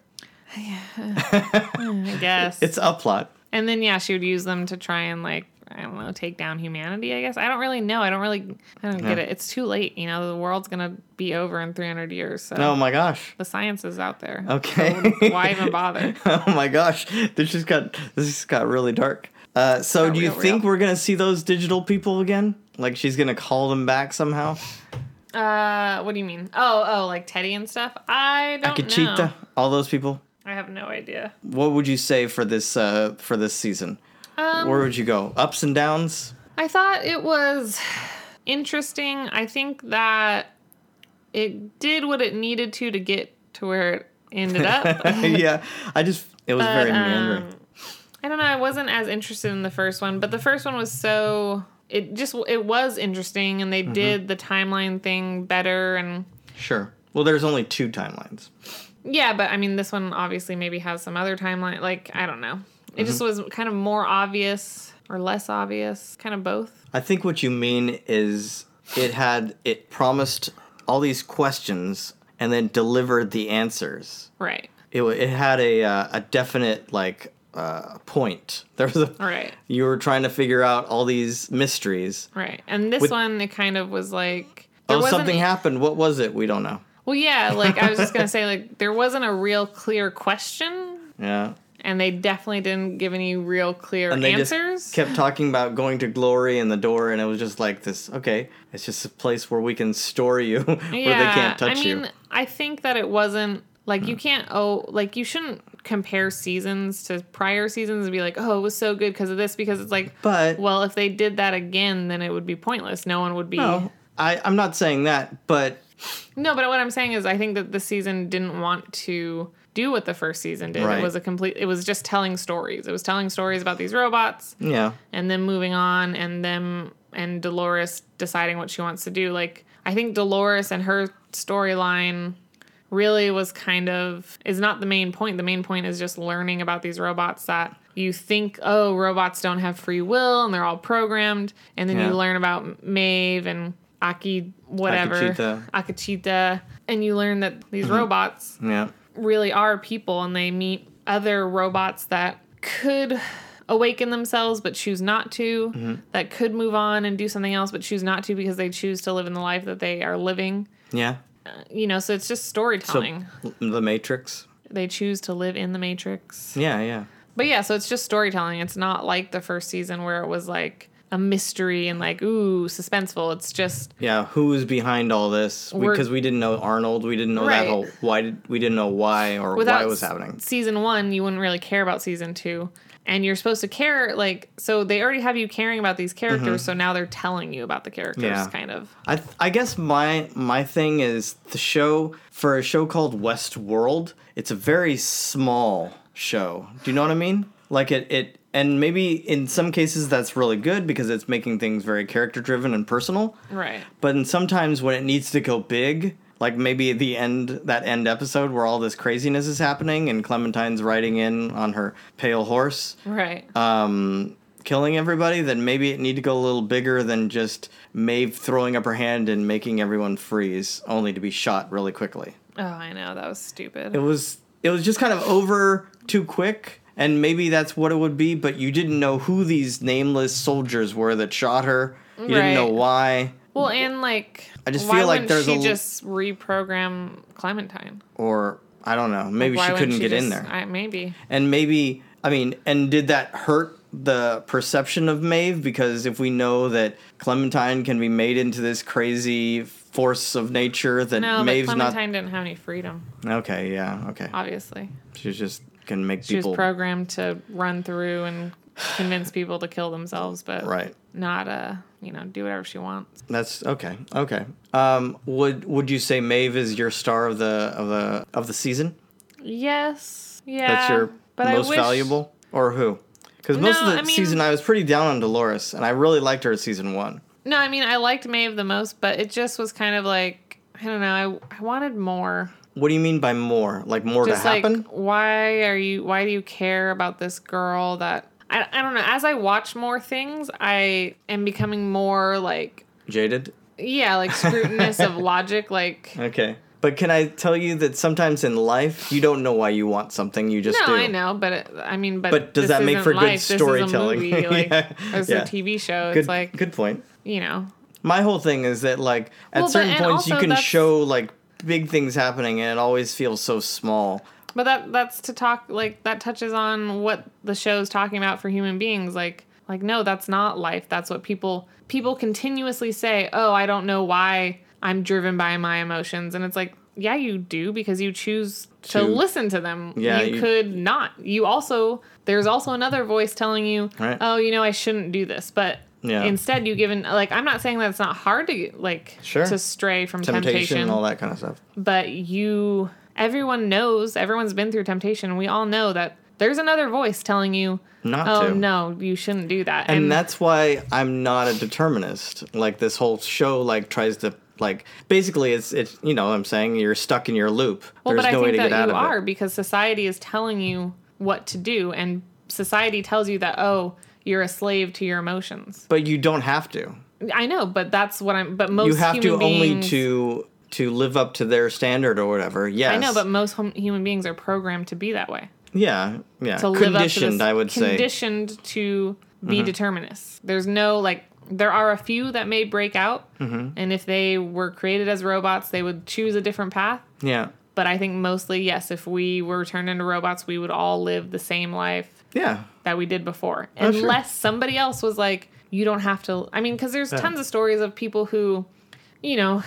[SPEAKER 1] I guess.
[SPEAKER 2] It's a plot.
[SPEAKER 1] and then yeah, she would use them to try and like I don't know, take down humanity, I guess. I don't really know. I don't really I don't get it. It's too late, you know, the world's gonna be over in three hundred years. So
[SPEAKER 2] Oh my gosh.
[SPEAKER 1] the science is out there.
[SPEAKER 2] Okay.
[SPEAKER 1] So why even bother?
[SPEAKER 2] oh my gosh. This just got this just got really dark. Uh, so
[SPEAKER 1] got
[SPEAKER 2] do you
[SPEAKER 1] real,
[SPEAKER 2] think
[SPEAKER 1] real.
[SPEAKER 2] we're gonna see those digital people again? Like she's gonna call them back somehow?
[SPEAKER 1] Uh what do you mean? Oh, oh, like Teddy and stuff? I don't
[SPEAKER 2] Akachita,
[SPEAKER 1] know.
[SPEAKER 2] all those people.
[SPEAKER 1] I have no idea.
[SPEAKER 2] What would you say for this uh, for this season?
[SPEAKER 1] Um,
[SPEAKER 2] Where would you go? Ups and downs.
[SPEAKER 1] I thought it was interesting. I think that it did what it needed to to get to where it ended up.
[SPEAKER 2] yeah, I just it was very
[SPEAKER 1] um,
[SPEAKER 2] meandering.
[SPEAKER 1] I don't know. I wasn't as interested in the first one, but the first one was so it just it was interesting, and they did the timeline thing better, and
[SPEAKER 2] Sure. Well, there's only two timelines.
[SPEAKER 1] yeah. But I mean, this one obviously maybe has some other timeline. Like I don't know. It just
[SPEAKER 2] Mm-hmm.
[SPEAKER 1] was kind of more obvious or less obvious, kind of both.
[SPEAKER 2] I think what you mean is it had it promised all these questions and then delivered the answers.
[SPEAKER 1] Right.
[SPEAKER 2] It wa- it had a uh, a definite like uh, point. There was a
[SPEAKER 1] Right.
[SPEAKER 2] you were trying to figure out all these mysteries.
[SPEAKER 1] Right. And this one, it kind of was like there
[SPEAKER 2] Oh,
[SPEAKER 1] wasn't
[SPEAKER 2] something happened. What was it? We don't know.
[SPEAKER 1] Well, yeah, like I was just gonna say, like there wasn't a real clear question,
[SPEAKER 2] Yeah.
[SPEAKER 1] and they definitely didn't give any real clear
[SPEAKER 2] And they
[SPEAKER 1] answers.
[SPEAKER 2] just kept talking about going to glory and the door, and it was just like this. Okay, it's just a place where we can store you, where they can't touch
[SPEAKER 1] I mean,
[SPEAKER 2] you.
[SPEAKER 1] I think that it wasn't like you can't oh like you shouldn't compare seasons to prior seasons and be like oh it was so good because of this because it's like
[SPEAKER 2] But
[SPEAKER 1] well if they did that again then it would be pointless no one would be
[SPEAKER 2] no, I I'm not saying that, but
[SPEAKER 1] No, but what I'm saying is, I think that this season didn't want to do what the first season did.
[SPEAKER 2] Right.
[SPEAKER 1] It was a complete. It was just telling stories. It was telling stories about these robots,
[SPEAKER 2] yeah,
[SPEAKER 1] and then moving on, and them and Dolores deciding what she wants to do. Like I think Dolores and her storyline really was kind of is not the main point. The main point is just learning about these robots that you think oh robots don't have free will and they're all programmed, and then
[SPEAKER 2] Yeah.
[SPEAKER 1] you learn about Maeve and Aki whatever
[SPEAKER 2] Akachita. Mm-hmm.
[SPEAKER 1] Akachita, and you learn that these robots
[SPEAKER 2] yeah,
[SPEAKER 1] really are people and they meet other robots that could awaken themselves but choose not to, that could move on and do something else but choose not to because they choose to live in the life that they are living.
[SPEAKER 2] yeah.
[SPEAKER 1] Uh, you know, so it's just
[SPEAKER 2] So
[SPEAKER 1] storytelling.
[SPEAKER 2] the Matrix.
[SPEAKER 1] they choose to live in the Matrix.
[SPEAKER 2] Yeah, yeah.
[SPEAKER 1] But yeah, so it's just storytelling. It's not like the first season where it was like a mystery and like, ooh, suspenseful. It's just
[SPEAKER 2] Yeah, who's behind all this?
[SPEAKER 1] We're-
[SPEAKER 2] Because we didn't know Arnold, we didn't know that
[SPEAKER 1] Right.
[SPEAKER 2] whole why did we didn't know why or
[SPEAKER 1] without
[SPEAKER 2] why it was
[SPEAKER 1] s-
[SPEAKER 2] happening.
[SPEAKER 1] season one, you wouldn't really care about season two. And you're supposed to care, like, so they already have you caring about these characters, so now they're telling you about the characters,
[SPEAKER 2] Mm-hmm. Yeah.
[SPEAKER 1] kind of.
[SPEAKER 2] I th- I guess my my thing is the show for a show called Westworld. It's a very small show. Do you know what I mean? Like it it and maybe in some cases that's really good because it's making things very character driven and personal.
[SPEAKER 1] Right.
[SPEAKER 2] But then sometimes when it needs to go big, like maybe at the end that end episode where all this craziness is happening and Clementine's riding in on her pale horse,
[SPEAKER 1] Right.
[SPEAKER 2] um, killing everybody, then maybe it need to go a little bigger than just Maeve throwing up her hand and making everyone freeze, only to be shot really quickly.
[SPEAKER 1] oh, I know. That was stupid.
[SPEAKER 2] It was it was just kind of over too quick. And maybe that's what it would be, but you didn't know who these nameless soldiers were that shot her. You didn't know
[SPEAKER 1] Right.
[SPEAKER 2] why.
[SPEAKER 1] well, and like,
[SPEAKER 2] I just
[SPEAKER 1] why
[SPEAKER 2] feel like
[SPEAKER 1] wouldn't
[SPEAKER 2] there's
[SPEAKER 1] she
[SPEAKER 2] a l-
[SPEAKER 1] just reprogram Clementine?
[SPEAKER 2] or I don't know. Maybe
[SPEAKER 1] Why
[SPEAKER 2] she
[SPEAKER 1] wouldn't
[SPEAKER 2] couldn't get in
[SPEAKER 1] just-
[SPEAKER 2] there.
[SPEAKER 1] I, maybe.
[SPEAKER 2] And maybe I mean, and did that hurt the perception of Maeve? Because if we know that Clementine can be made into this crazy force of nature, that
[SPEAKER 1] No,
[SPEAKER 2] Maeve's
[SPEAKER 1] but Clementine didn't have any freedom,
[SPEAKER 2] not. Okay, yeah, okay.
[SPEAKER 1] obviously.
[SPEAKER 2] She just can make
[SPEAKER 1] She was
[SPEAKER 2] people
[SPEAKER 1] programmed to run through and convince people to kill themselves, but
[SPEAKER 2] right.
[SPEAKER 1] not, uh, you know, do whatever she wants.
[SPEAKER 2] That's okay. Okay. Um, would would you say Maeve is your star of the of the of the season?
[SPEAKER 1] Yes. Yeah.
[SPEAKER 2] That's your
[SPEAKER 1] but I
[SPEAKER 2] most
[SPEAKER 1] wish-
[SPEAKER 2] valuable, or who? Because most of
[SPEAKER 1] No,
[SPEAKER 2] the
[SPEAKER 1] I mean-
[SPEAKER 2] season, I was pretty down on Dolores, and I really liked her at season one.
[SPEAKER 1] No, I mean I liked Maeve the most, but it just was kind of like I don't know. I I wanted more.
[SPEAKER 2] What do you mean by more? Like more
[SPEAKER 1] Just
[SPEAKER 2] to
[SPEAKER 1] like
[SPEAKER 2] happen?
[SPEAKER 1] why are you? Why do you care about this girl? That I I don't know. As I watch more things, I am becoming more like
[SPEAKER 2] Jaded.
[SPEAKER 1] yeah, like scrutinous of logic. Like
[SPEAKER 2] Okay. But can I tell you that sometimes in life you don't know why you want something, you just
[SPEAKER 1] No,
[SPEAKER 2] do.
[SPEAKER 1] I know, but it, I mean, but
[SPEAKER 2] But does
[SPEAKER 1] this
[SPEAKER 2] that make
[SPEAKER 1] isn't
[SPEAKER 2] for good
[SPEAKER 1] life, this is a
[SPEAKER 2] storytelling?
[SPEAKER 1] movie, Like,
[SPEAKER 2] Yeah,
[SPEAKER 1] It's
[SPEAKER 2] yeah.
[SPEAKER 1] a TV show. It's
[SPEAKER 2] Good,
[SPEAKER 1] like
[SPEAKER 2] good point.
[SPEAKER 1] you know,
[SPEAKER 2] My whole thing is that like at
[SPEAKER 1] Well, but-
[SPEAKER 2] certain
[SPEAKER 1] and
[SPEAKER 2] points you
[SPEAKER 1] also
[SPEAKER 2] can
[SPEAKER 1] that's-
[SPEAKER 2] show like big things happening and it always feels so small.
[SPEAKER 1] but that that's to talk like that touches on what the show's talking about for human beings. Like like no, that's not life. That's what people people continuously say. Oh, I don't know why I'm driven by my emotions, and it's like yeah, you do because you choose to,
[SPEAKER 2] To-
[SPEAKER 1] listen to them.
[SPEAKER 2] Yeah,
[SPEAKER 1] you,
[SPEAKER 2] you-
[SPEAKER 1] could not. You also there's also another voice telling you,
[SPEAKER 2] Right.
[SPEAKER 1] oh, you know, I shouldn't do this, but.
[SPEAKER 2] Yeah.
[SPEAKER 1] Instead, you given like I'm not saying that it's not hard to like
[SPEAKER 2] Sure.
[SPEAKER 1] to stray from
[SPEAKER 2] Temptation,
[SPEAKER 1] temptation
[SPEAKER 2] and all that kind of stuff.
[SPEAKER 1] but you everyone knows everyone's been through temptation we all know that there's another voice telling you
[SPEAKER 2] Not
[SPEAKER 1] oh
[SPEAKER 2] to.
[SPEAKER 1] no you shouldn't do that
[SPEAKER 2] and that's why I'm not a determinist. Like this whole show, like tries to like basically it's it's you know what I'm saying you're stuck in your loop.
[SPEAKER 1] well
[SPEAKER 2] There's
[SPEAKER 1] but i
[SPEAKER 2] no way
[SPEAKER 1] think that
[SPEAKER 2] to get out
[SPEAKER 1] you
[SPEAKER 2] of
[SPEAKER 1] are
[SPEAKER 2] it.
[SPEAKER 1] because society is telling you what to do and society tells you that oh you're a slave to your emotions
[SPEAKER 2] But you don't have to.
[SPEAKER 1] i know but that's what i'm but most
[SPEAKER 2] You have
[SPEAKER 1] human
[SPEAKER 2] to only
[SPEAKER 1] beings-
[SPEAKER 2] to to live up to their standard or whatever. Yes,
[SPEAKER 1] i know but most hum- human beings are programmed to be that way
[SPEAKER 2] yeah, yeah,
[SPEAKER 1] to live up to
[SPEAKER 2] conditioned.
[SPEAKER 1] this,
[SPEAKER 2] I would say. Mm-hmm.
[SPEAKER 1] conditioned to be determinists. There's no like there are a few that may break out,
[SPEAKER 2] Mm-hmm.
[SPEAKER 1] and if they were created as robots, they would choose a different path.
[SPEAKER 2] Yeah,
[SPEAKER 1] But I think mostly yes, if we were turned into robots, we would all live the same life
[SPEAKER 2] yeah,
[SPEAKER 1] that we did before,
[SPEAKER 2] Oh, sure.
[SPEAKER 1] unless somebody else was like, you don't have to. I mean, because there's tons of stories of people who, you know.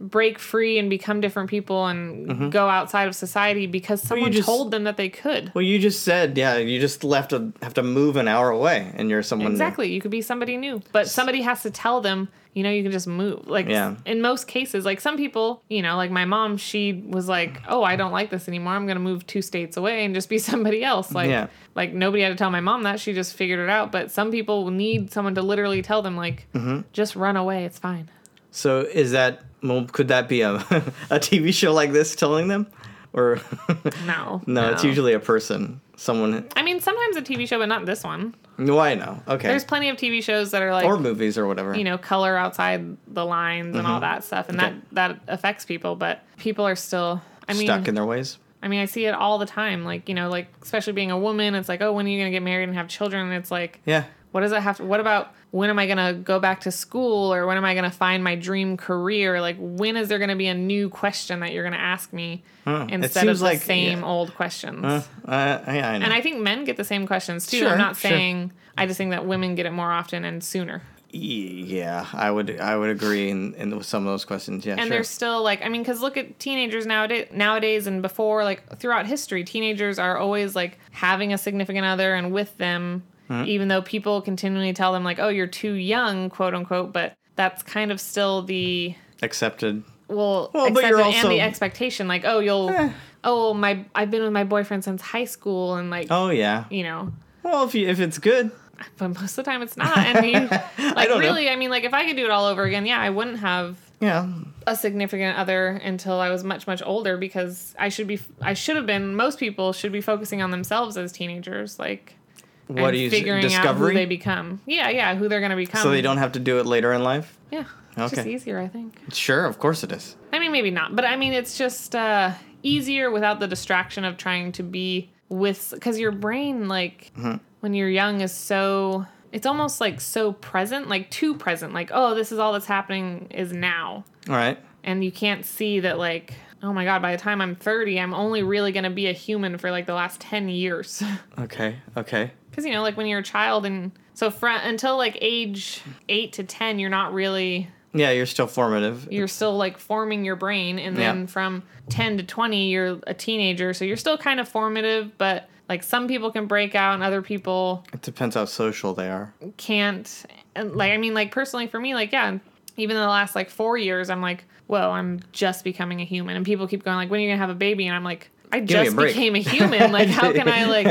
[SPEAKER 1] Break free and become different people and go outside of society because someone
[SPEAKER 2] Mm-hmm. just-
[SPEAKER 1] told them that they could.
[SPEAKER 2] Well, you just said, yeah, you just left to have to move an hour away, and you're someone. new.
[SPEAKER 1] Exactly. You could be somebody new, but somebody has to tell them, you know, you can just move. Like,
[SPEAKER 2] Yeah.
[SPEAKER 1] in most cases, like some people, you know, like my mom, she was like, oh, I don't like this anymore. I'm going to move two states away and just be somebody else. Like,
[SPEAKER 2] Yeah.
[SPEAKER 1] like nobody had to tell my mom that. She just figured it out. But some people need someone to literally tell them, like,
[SPEAKER 2] Mm-hmm.
[SPEAKER 1] just run away. It's fine.
[SPEAKER 2] So is that well, could that be a a TV show like this telling them, or
[SPEAKER 1] No.
[SPEAKER 2] no, It's usually a person, someone.
[SPEAKER 1] I mean, sometimes a TV show, but not this one.
[SPEAKER 2] No, I know. Okay,
[SPEAKER 1] There's plenty of TV shows that are like,
[SPEAKER 2] or movies or whatever.
[SPEAKER 1] you know color outside the lines and all that stuff and
[SPEAKER 2] Mm-hmm. Okay.
[SPEAKER 1] that that affects people but people are still i mean
[SPEAKER 2] stuck in their ways.
[SPEAKER 1] i mean i see it all the time like you know like especially being a woman it's like oh when are you going to get married and have children and it's like
[SPEAKER 2] Yeah,
[SPEAKER 1] what does that have to what about when am i going to go back to school or when am i going to find my dream career like when is there going to be a new question that you're going to ask me instead of
[SPEAKER 2] seems
[SPEAKER 1] the
[SPEAKER 2] like-
[SPEAKER 1] same
[SPEAKER 2] yeah.
[SPEAKER 1] old questions
[SPEAKER 2] I, I, I know.
[SPEAKER 1] and i think men get the same questions too
[SPEAKER 2] Sure,
[SPEAKER 1] i'm not
[SPEAKER 2] sure.
[SPEAKER 1] saying i just think that women get it more often and sooner
[SPEAKER 2] yeah, I would. I would agree in, in with some of those questions. Yeah,
[SPEAKER 1] and
[SPEAKER 2] sure.
[SPEAKER 1] they're still like i mean because look at teenagers nowadays nowadays and before like throughout history teenagers are always like having a significant other and with them
[SPEAKER 2] Hmm.
[SPEAKER 1] even though people continually tell them like oh you're too young quote unquote but that's kind of still the
[SPEAKER 2] accepted.
[SPEAKER 1] well,
[SPEAKER 2] Well, but you're
[SPEAKER 1] accepted and
[SPEAKER 2] also-
[SPEAKER 1] the expectation like oh you'll
[SPEAKER 2] Eh.
[SPEAKER 1] oh my i've been with my boyfriend since high school and like
[SPEAKER 2] Oh yeah.
[SPEAKER 1] you know
[SPEAKER 2] Well, if you, if it's good,
[SPEAKER 1] but most of the time it's not and you like
[SPEAKER 2] don't know.
[SPEAKER 1] really i mean like if i could do it all over again yeah i wouldn't have
[SPEAKER 2] yeah,
[SPEAKER 1] a significant other until I was much much older because I should be I should have been most people should be focusing on themselves as teenagers like
[SPEAKER 2] What
[SPEAKER 1] and
[SPEAKER 2] do you-
[SPEAKER 1] figuring out
[SPEAKER 2] discovery?
[SPEAKER 1] who they become yeah yeah who they're gonna become
[SPEAKER 2] so they don't have to do it later in life.
[SPEAKER 1] yeah it's just
[SPEAKER 2] Okay.
[SPEAKER 1] easier I think
[SPEAKER 2] Sure, of course it is.
[SPEAKER 1] I mean maybe not but I mean it's just uh, easier without the distraction of trying to be with because your brain like
[SPEAKER 2] Mm-hmm.
[SPEAKER 1] when you're young is so it's almost like so present like too present like oh this is all that's happening is now
[SPEAKER 2] All right.
[SPEAKER 1] and you can't see that like oh my god by the time i'm 30 i'm only really going to be a human for like the last 10 years
[SPEAKER 2] Okay. Okay.
[SPEAKER 1] because you know like when you're a child and so fr- until like age 8 to 10 you're not really
[SPEAKER 2] Yeah, you're still formative.
[SPEAKER 1] you're still like forming your brain and
[SPEAKER 2] Yeah.
[SPEAKER 1] then from 10 to 20 you're a teenager so you're still kind of formative but like some people can break out and other people
[SPEAKER 2] It depends how social they are.
[SPEAKER 1] can't and like i mean like personally for me like yeah even in the last like four years i'm like whoa i'm just becoming a human and people keep going like when are you gonna have a baby and i'm like i
[SPEAKER 2] me a
[SPEAKER 1] just
[SPEAKER 2] break.
[SPEAKER 1] became a human like how can i like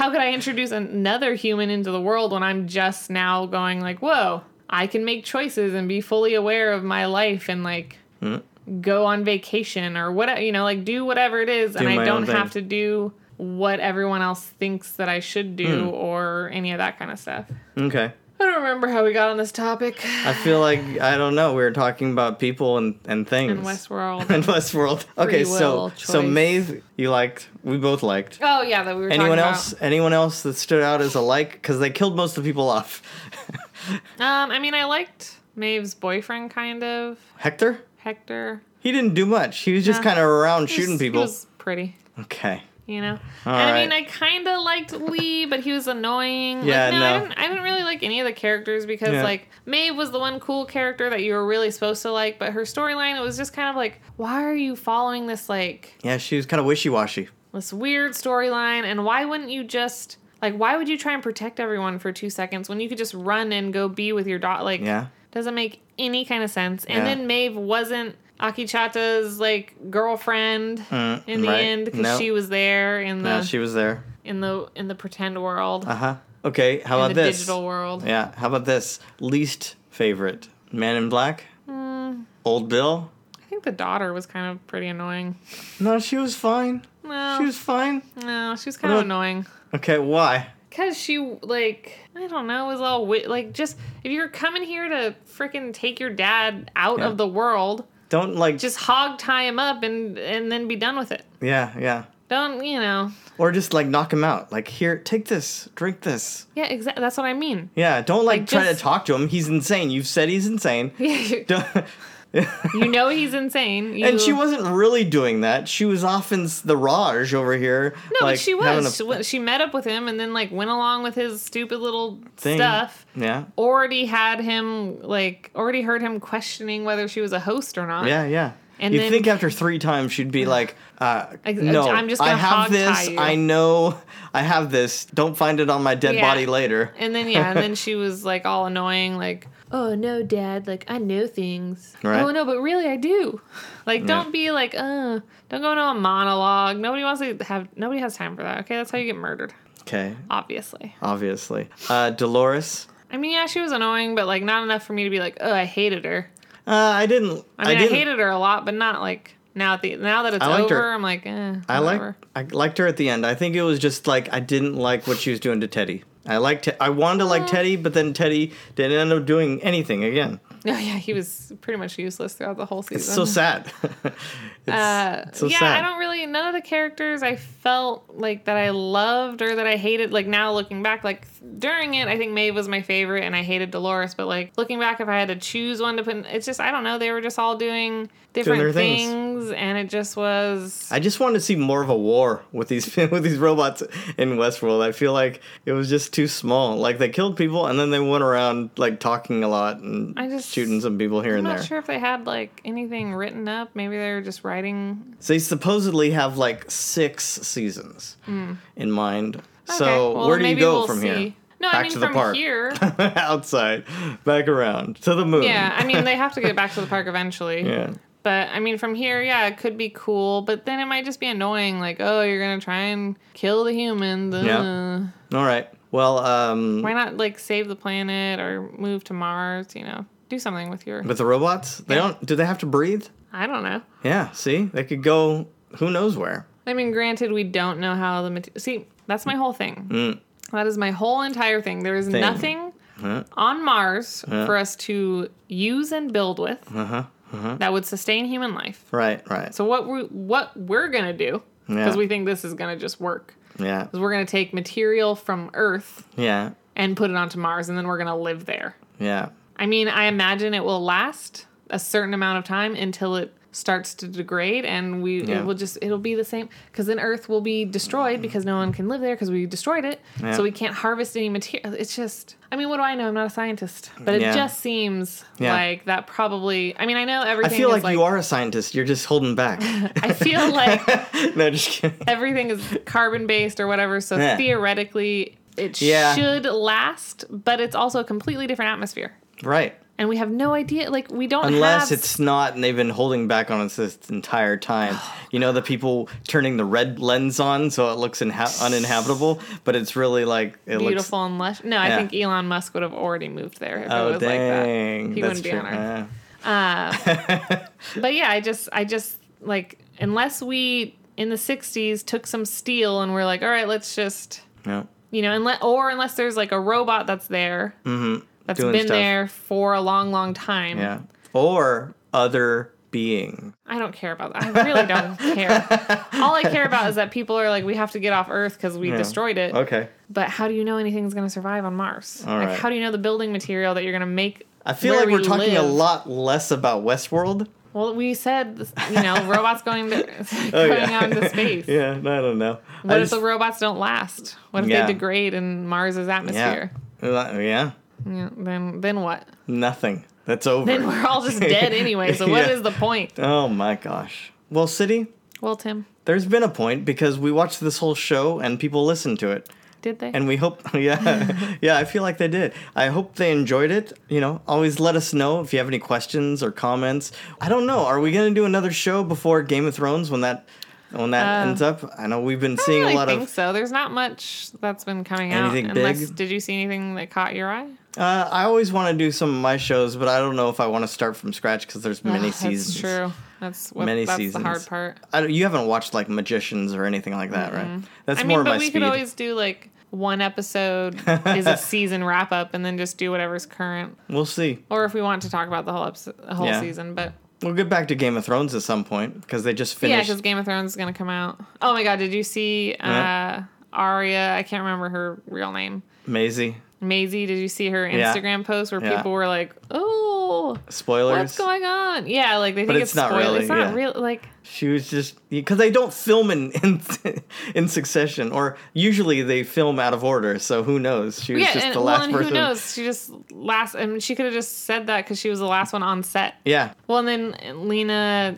[SPEAKER 1] how could i introduce another human into the world when i'm just now going like whoa i can make choices and be fully aware of my life and like
[SPEAKER 2] Hmm.
[SPEAKER 1] go on vacation or what you know like do whatever it is and
[SPEAKER 2] my
[SPEAKER 1] i
[SPEAKER 2] own
[SPEAKER 1] don't
[SPEAKER 2] thing.
[SPEAKER 1] have to do
[SPEAKER 2] Hmm.
[SPEAKER 1] what everyone else thinks that i should do or any of that kind of stuff
[SPEAKER 2] Okay.
[SPEAKER 1] I don't remember how we got on this topic.
[SPEAKER 2] I feel like I don't know. We were talking about people and and things.
[SPEAKER 1] In Westworld.
[SPEAKER 2] In Westworld. Okay, so
[SPEAKER 1] will,
[SPEAKER 2] so
[SPEAKER 1] choice.
[SPEAKER 2] Maeve, you liked. We both liked.
[SPEAKER 1] Oh yeah, that we were.
[SPEAKER 2] anyone
[SPEAKER 1] talking
[SPEAKER 2] else? Anyone else that stood out as a like? Because they killed most of the people off.
[SPEAKER 1] About. Um, I mean, I liked Maeve's boyfriend, kind of
[SPEAKER 2] Hector.
[SPEAKER 1] Hector.
[SPEAKER 2] He didn't do much. He was just
[SPEAKER 1] Nah.
[SPEAKER 2] kind of around
[SPEAKER 1] He was-
[SPEAKER 2] shooting
[SPEAKER 1] he
[SPEAKER 2] people.
[SPEAKER 1] was pretty.
[SPEAKER 2] Okay.
[SPEAKER 1] You know, and
[SPEAKER 2] All
[SPEAKER 1] I
[SPEAKER 2] right.
[SPEAKER 1] mean, I kind of liked Lee, but he was annoying. Like,
[SPEAKER 2] Yeah,
[SPEAKER 1] I,
[SPEAKER 2] no.
[SPEAKER 1] didn't, I didn't really like any of the characters because,
[SPEAKER 2] Yeah.
[SPEAKER 1] like, Maeve was the one cool character that you were really supposed to like, but her storyline it was just kind of like, why are you following this like
[SPEAKER 2] Yeah, she was kind of wishy washy.
[SPEAKER 1] this weird storyline and why wouldn't you just like why would you try and protect everyone for two seconds when you could just run and go be with your dog like
[SPEAKER 2] Yeah.
[SPEAKER 1] doesn't make any kind of sense and
[SPEAKER 2] Yeah.
[SPEAKER 1] then maeve wasn't akichata's like girlfriend
[SPEAKER 2] Mm,
[SPEAKER 1] in the
[SPEAKER 2] right.
[SPEAKER 1] end because
[SPEAKER 2] No.
[SPEAKER 1] she was there in the
[SPEAKER 2] No, she was there.
[SPEAKER 1] in the in the pretend world
[SPEAKER 2] Uh huh. Okay. How
[SPEAKER 1] in
[SPEAKER 2] about
[SPEAKER 1] the
[SPEAKER 2] this?
[SPEAKER 1] digital world
[SPEAKER 2] Yeah. How about this? Least favorite. Man in Black.
[SPEAKER 1] Mm.
[SPEAKER 2] Old Bill.
[SPEAKER 1] i think the daughter was kind of pretty annoying
[SPEAKER 2] No, she was fine.
[SPEAKER 1] no
[SPEAKER 2] She was fine.
[SPEAKER 1] no she was kind of
[SPEAKER 2] about-
[SPEAKER 1] annoying
[SPEAKER 2] Okay. Why?
[SPEAKER 1] Cause she like I don't know was all wi- like just if you're coming here to freaking take your dad out
[SPEAKER 2] Yeah.
[SPEAKER 1] of the world,
[SPEAKER 2] Don't like.
[SPEAKER 1] just hog tie him up and and then be done with it.
[SPEAKER 2] Yeah. Yeah.
[SPEAKER 1] Don't you know?
[SPEAKER 2] Or just like knock him out. Like here, take this. Drink this.
[SPEAKER 1] Yeah, exactly. That's what I mean.
[SPEAKER 2] Yeah. Don't like,
[SPEAKER 1] Like,
[SPEAKER 2] try
[SPEAKER 1] just-
[SPEAKER 2] to talk to him. He's insane. You've said he's insane.
[SPEAKER 1] you
[SPEAKER 2] Don't-
[SPEAKER 1] know he's insane. You,
[SPEAKER 2] and she wasn't really doing that. She was off in s- the Raj over here.
[SPEAKER 1] no,
[SPEAKER 2] like,
[SPEAKER 1] but she
[SPEAKER 2] having a
[SPEAKER 1] was. She wa- she met up with him and then like went along with his stupid little
[SPEAKER 2] thing.
[SPEAKER 1] stuff.
[SPEAKER 2] Yeah.
[SPEAKER 1] Already had him like already heard him questioning whether she was a host or not.
[SPEAKER 2] Yeah, yeah.
[SPEAKER 1] And
[SPEAKER 2] You'd
[SPEAKER 1] then-
[SPEAKER 2] think after three times she'd be like, uh,
[SPEAKER 1] Ex-
[SPEAKER 2] "No,
[SPEAKER 1] I'm
[SPEAKER 2] I'm
[SPEAKER 1] just
[SPEAKER 2] just
[SPEAKER 1] gonna
[SPEAKER 2] I have
[SPEAKER 1] hog-tie
[SPEAKER 2] this.
[SPEAKER 1] you."
[SPEAKER 2] I know I have this. Don't find it on my dead
[SPEAKER 1] Yeah.
[SPEAKER 2] body later."
[SPEAKER 1] And then yeah, and then she was like all annoying, like, "Oh no, Dad! Like I know things.
[SPEAKER 2] Right.
[SPEAKER 1] Oh no, but really I do. Like don't be like, uh, don't go into a monologue. Nobody wants to have. Nobody has time for that. Okay, that's how you get murdered.
[SPEAKER 2] Okay,
[SPEAKER 1] Obviously.
[SPEAKER 2] obviously. Uh, Dolores,
[SPEAKER 1] I mean, yeah, she was annoying, but like not enough for me to be like, oh, I hated her.
[SPEAKER 2] uh, I didn't.
[SPEAKER 1] I mean, I,
[SPEAKER 2] didn't.
[SPEAKER 1] hated her a lot, but not like now. At the now that it's
[SPEAKER 2] I liked
[SPEAKER 1] over,
[SPEAKER 2] her.
[SPEAKER 1] I'm like, eh,
[SPEAKER 2] I
[SPEAKER 1] whatever.
[SPEAKER 2] liked. I liked her at the end. I think it was just like I didn't like what she was doing to Teddy. I liked. I wanted to
[SPEAKER 1] Uh.
[SPEAKER 2] like Teddy, but then Teddy didn't end up doing anything again.
[SPEAKER 1] No, yeah, he was pretty much useless throughout the whole season.
[SPEAKER 2] It's so sad. it's,
[SPEAKER 1] Uh,
[SPEAKER 2] it's so
[SPEAKER 1] yeah,
[SPEAKER 2] sad.
[SPEAKER 1] I don't really. None of the characters I felt like that I loved or that I hated. Like now looking back, like during it, I think Maeve was my favorite, and I hated Dolores. But like looking back, if I had to choose one to put, in, it's just I don't know. They were just all doing different
[SPEAKER 2] their
[SPEAKER 1] things,
[SPEAKER 2] things.
[SPEAKER 1] and it just was.
[SPEAKER 2] I just wanted to see more of a war with these with these robots in Westworld. I feel like it was just too small. Like they killed people and then they went around like talking a lot and
[SPEAKER 1] I just-
[SPEAKER 2] shooting some people here
[SPEAKER 1] I'm
[SPEAKER 2] and
[SPEAKER 1] not
[SPEAKER 2] there.
[SPEAKER 1] sure if they had like anything written up. Maybe they were just writing.
[SPEAKER 2] So they supposedly have like six seasons in mind. so
[SPEAKER 1] Hmm. Okay, well,
[SPEAKER 2] where do you
[SPEAKER 1] maybe
[SPEAKER 2] go
[SPEAKER 1] we'll
[SPEAKER 2] from here?
[SPEAKER 1] see. No, I
[SPEAKER 2] Back
[SPEAKER 1] mean
[SPEAKER 2] to the
[SPEAKER 1] from
[SPEAKER 2] park.
[SPEAKER 1] here.
[SPEAKER 2] Outside, back around to the moon.
[SPEAKER 1] Yeah, I mean they have to get back to the park eventually.
[SPEAKER 2] yeah.
[SPEAKER 1] But I mean, from here, yeah, it could be cool, but then it might just be annoying. Like, oh, you're gonna try and kill the humans.
[SPEAKER 2] Yeah.
[SPEAKER 1] uh.
[SPEAKER 2] All right. Well, um,
[SPEAKER 1] Why not like save the planet or move to Mars? You know, do something with your.
[SPEAKER 2] but the robots, they don't. Do they have to breathe?
[SPEAKER 1] I don't know.
[SPEAKER 2] Yeah. See, they could go. Who knows where?
[SPEAKER 1] I mean, granted, we don't know how the material. See, that's my whole thing.
[SPEAKER 2] Mm.
[SPEAKER 1] That is my whole entire thing. There is nothing
[SPEAKER 2] Uh-huh.
[SPEAKER 1] on Mars for us to use and build with
[SPEAKER 2] Uh-huh.
[SPEAKER 1] that would sustain human life.
[SPEAKER 2] Right. Right.
[SPEAKER 1] So what we what we're gonna do
[SPEAKER 2] Yeah.
[SPEAKER 1] because we think this is gonna just work.
[SPEAKER 2] yeah.
[SPEAKER 1] is we're going to take material from Earth
[SPEAKER 2] Yeah.
[SPEAKER 1] and put it onto Mars, and then we're going to live there.
[SPEAKER 2] Yeah.
[SPEAKER 1] I mean, I imagine it will last a certain amount of time until it starts to degrade, and we
[SPEAKER 2] Yeah.
[SPEAKER 1] it will just it'll be the same because then Earth will be destroyed because no one can live there because we destroyed it,
[SPEAKER 2] Yeah.
[SPEAKER 1] so we can't harvest any material. It's just, I mean, what do I know? I'm not a scientist, but it
[SPEAKER 2] Yeah.
[SPEAKER 1] just seems
[SPEAKER 2] Yeah.
[SPEAKER 1] like that probably. I mean, I know
[SPEAKER 2] I
[SPEAKER 1] everything.
[SPEAKER 2] feel
[SPEAKER 1] is
[SPEAKER 2] like, you are a scientist. You're just holding back.
[SPEAKER 1] I feel like
[SPEAKER 2] no, just kidding.
[SPEAKER 1] everything is carbon based or whatever. So
[SPEAKER 2] Yeah.
[SPEAKER 1] theoretically, it
[SPEAKER 2] Yeah.
[SPEAKER 1] should last, but it's also a completely different atmosphere.
[SPEAKER 2] Right.
[SPEAKER 1] And we have no idea. Like, we don't
[SPEAKER 2] Unless
[SPEAKER 1] have-
[SPEAKER 2] it's not, and they've been holding back on us this entire time. You know, the people turning the red lens on so it looks inha- uninhabitable, but it's really like it
[SPEAKER 1] beautiful and lush. No, I
[SPEAKER 2] Yeah.
[SPEAKER 1] think Elon Musk would have already moved there if
[SPEAKER 2] looks.
[SPEAKER 1] it
[SPEAKER 2] Oh
[SPEAKER 1] was
[SPEAKER 2] dang,
[SPEAKER 1] like that. He
[SPEAKER 2] that's
[SPEAKER 1] wouldn't be
[SPEAKER 2] true.
[SPEAKER 1] on Earth.
[SPEAKER 2] Yeah.
[SPEAKER 1] But yeah, I just, I just like, unless we in the 60s took some steel and we're like, all right, let's just,
[SPEAKER 2] Yeah.
[SPEAKER 1] you know, unless, or unless there's like a robot that's there that's
[SPEAKER 2] Mm-hmm. Doing
[SPEAKER 1] been
[SPEAKER 2] stuff.
[SPEAKER 1] there for a long, long time.
[SPEAKER 2] Yeah. Or other being.
[SPEAKER 1] I don't care about that. I really don't care. All I care about is that people are like, we have to get off Earth because we destroyed it.
[SPEAKER 2] Okay.
[SPEAKER 1] But how do you know anything's going to survive on Mars?
[SPEAKER 2] All
[SPEAKER 1] like,
[SPEAKER 2] right.
[SPEAKER 1] how do you know the building material that you're going to make?
[SPEAKER 2] I feel
[SPEAKER 1] where
[SPEAKER 2] like we're
[SPEAKER 1] we
[SPEAKER 2] talking a
[SPEAKER 1] live?
[SPEAKER 2] lot less about Westworld.
[SPEAKER 1] Well, we said, you know, robots going to, going out into space.
[SPEAKER 2] Oh, yeah, I don't know.
[SPEAKER 1] What
[SPEAKER 2] I
[SPEAKER 1] if the robots don't last? What if
[SPEAKER 2] Yeah.
[SPEAKER 1] they degrade in Mars's
[SPEAKER 2] yeah.
[SPEAKER 1] atmosphere?
[SPEAKER 2] Uh, Yeah.
[SPEAKER 1] Yeah, then then what?
[SPEAKER 2] Nothing. That's over.
[SPEAKER 1] Then we're all just dead anyway. So what is
[SPEAKER 2] Yeah.
[SPEAKER 1] the point?
[SPEAKER 2] oh my gosh. Well, City,
[SPEAKER 1] Well, Tim,
[SPEAKER 2] there's been a point because we watched this whole show and people listened to it.
[SPEAKER 1] did they?
[SPEAKER 2] And we hope, yeah, yeah, I feel like they did. I hope they enjoyed it. You know, always let us know if you have any questions or comments. I don't know. Are we gonna do another show before Game of Thrones when that when that
[SPEAKER 1] Uh,
[SPEAKER 2] ends up? I know we've been
[SPEAKER 1] I
[SPEAKER 2] seeing
[SPEAKER 1] really
[SPEAKER 2] a lot
[SPEAKER 1] think
[SPEAKER 2] of.
[SPEAKER 1] so. There's not much that's been coming
[SPEAKER 2] Anything
[SPEAKER 1] out. Unless,
[SPEAKER 2] big?
[SPEAKER 1] did you see anything that caught your eye?
[SPEAKER 2] Uh, I always want to do some of my shows, but I don't know if I want to start from scratch because there's
[SPEAKER 1] Ugh,
[SPEAKER 2] many
[SPEAKER 1] Ah, that's
[SPEAKER 2] seasons.
[SPEAKER 1] true. That's what.
[SPEAKER 2] Many
[SPEAKER 1] that's the hard
[SPEAKER 2] seasons.
[SPEAKER 1] part.
[SPEAKER 2] I don't- you haven't watched like Magicians or anything like that, right? That's
[SPEAKER 1] I
[SPEAKER 2] more
[SPEAKER 1] mean, but
[SPEAKER 2] my
[SPEAKER 1] we
[SPEAKER 2] speed.
[SPEAKER 1] could always do like one episode is a season wrap up, and then just do whatever's current,
[SPEAKER 2] We'll see.
[SPEAKER 1] or if we want to talk about the whole episode, the whole
[SPEAKER 2] Yeah.
[SPEAKER 1] season. But
[SPEAKER 2] We'll get back to Game of Thrones at some point because they just
[SPEAKER 1] Yeah,
[SPEAKER 2] finished.
[SPEAKER 1] because Game of Thrones is gonna come out. Oh my god, did you see
[SPEAKER 2] Uh-huh.
[SPEAKER 1] uh,
[SPEAKER 2] Yeah.
[SPEAKER 1] Arya? I can't remember her real name.
[SPEAKER 2] Maisie.
[SPEAKER 1] Maisie, did you see her
[SPEAKER 2] Yeah.
[SPEAKER 1] Instagram post where
[SPEAKER 2] Yeah.
[SPEAKER 1] people were like, "Oh,
[SPEAKER 2] Spoilers.
[SPEAKER 1] what's going on?" Yeah, like they think
[SPEAKER 2] But
[SPEAKER 1] it's,
[SPEAKER 2] it's not
[SPEAKER 1] spoil-
[SPEAKER 2] really,
[SPEAKER 1] It's not
[SPEAKER 2] yeah.
[SPEAKER 1] real. Like
[SPEAKER 2] She was just because they don't film in, in in succession, or usually they film out of order. So who knows? She was
[SPEAKER 1] yeah,
[SPEAKER 2] just
[SPEAKER 1] and,
[SPEAKER 2] the
[SPEAKER 1] well,
[SPEAKER 2] last
[SPEAKER 1] and
[SPEAKER 2] person.
[SPEAKER 1] who knows? She just last. I mean, she could have just said that because she was the last one on set.
[SPEAKER 2] Yeah,
[SPEAKER 1] Well, and then Lena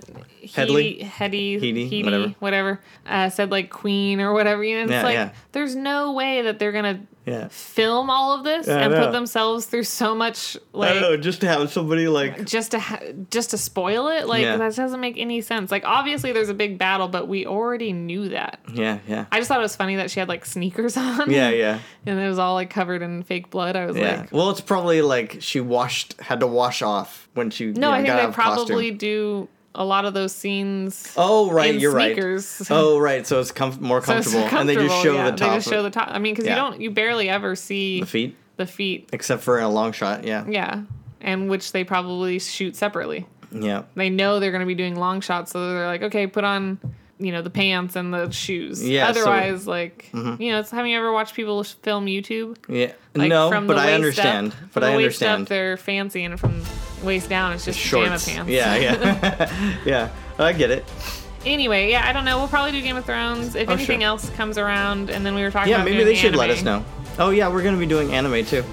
[SPEAKER 2] Headley?
[SPEAKER 1] Headey, Heady,
[SPEAKER 2] Headey, whatever.
[SPEAKER 1] whatever, uh, said like Queen or whatever. You know, it's
[SPEAKER 2] Yeah,
[SPEAKER 1] like
[SPEAKER 2] yeah.
[SPEAKER 1] there's no way that they're gonna
[SPEAKER 2] yeah.
[SPEAKER 1] film all of this
[SPEAKER 2] Yeah, I
[SPEAKER 1] and
[SPEAKER 2] know.
[SPEAKER 1] put themselves through so much
[SPEAKER 2] I don't
[SPEAKER 1] like
[SPEAKER 2] know. Just to have somebody like
[SPEAKER 1] just to ha- just to spoil it like
[SPEAKER 2] Yeah.
[SPEAKER 1] that doesn't make any sense like obviously there's a big battle but we already knew that
[SPEAKER 2] yeah, yeah,
[SPEAKER 1] i just thought it was funny that she had like sneakers on
[SPEAKER 2] yeah, yeah,
[SPEAKER 1] and it was all like covered in fake blood i was
[SPEAKER 2] yeah.
[SPEAKER 1] like
[SPEAKER 2] well, it's probably like she washed had to wash off when she
[SPEAKER 1] no
[SPEAKER 2] you know,
[SPEAKER 1] i think
[SPEAKER 2] got out
[SPEAKER 1] they
[SPEAKER 2] of costume.
[SPEAKER 1] probably do a lot of those scenes
[SPEAKER 2] Oh right,
[SPEAKER 1] in
[SPEAKER 2] you're
[SPEAKER 1] sneakers.
[SPEAKER 2] right. Oh right, so it's comf- more
[SPEAKER 1] So it's
[SPEAKER 2] comfortable, and they just
[SPEAKER 1] comfortable,
[SPEAKER 2] show
[SPEAKER 1] yeah.
[SPEAKER 2] the top,
[SPEAKER 1] they just show the top i mean because
[SPEAKER 2] Yeah.
[SPEAKER 1] you don't you barely ever see
[SPEAKER 2] the feet,
[SPEAKER 1] the feet
[SPEAKER 2] except for in a long shot. Yeah,
[SPEAKER 1] yeah and which they probably shoot separately
[SPEAKER 2] yeah.
[SPEAKER 1] they know they're going to be doing long shots, so they're like, okay, put on, you know, the pants and the shoes.
[SPEAKER 2] Yeah, so- Mm-hmm.
[SPEAKER 1] Otherwise, like, you know, it's, have you ever watched people sh- film YouTube?
[SPEAKER 2] Yeah,
[SPEAKER 1] Like,
[SPEAKER 2] no,
[SPEAKER 1] from
[SPEAKER 2] but
[SPEAKER 1] the
[SPEAKER 2] I
[SPEAKER 1] waist
[SPEAKER 2] understand.
[SPEAKER 1] Up, from
[SPEAKER 2] but
[SPEAKER 1] the
[SPEAKER 2] I
[SPEAKER 1] waist
[SPEAKER 2] understand.
[SPEAKER 1] Up, they're fancy, and from waist down, it's just
[SPEAKER 2] Shorts.
[SPEAKER 1] pajama pants.
[SPEAKER 2] Yeah, yeah, yeah. I get it.
[SPEAKER 1] Anyway, yeah, I don't know. We'll probably do Game of Thrones if
[SPEAKER 2] Oh,
[SPEAKER 1] anything
[SPEAKER 2] sure.
[SPEAKER 1] else comes around, and then we were talking.
[SPEAKER 2] Yeah,
[SPEAKER 1] about
[SPEAKER 2] maybe
[SPEAKER 1] doing
[SPEAKER 2] they should let
[SPEAKER 1] anime, Mm-hmm.
[SPEAKER 2] us know. Oh yeah, we're gonna be doing anime too.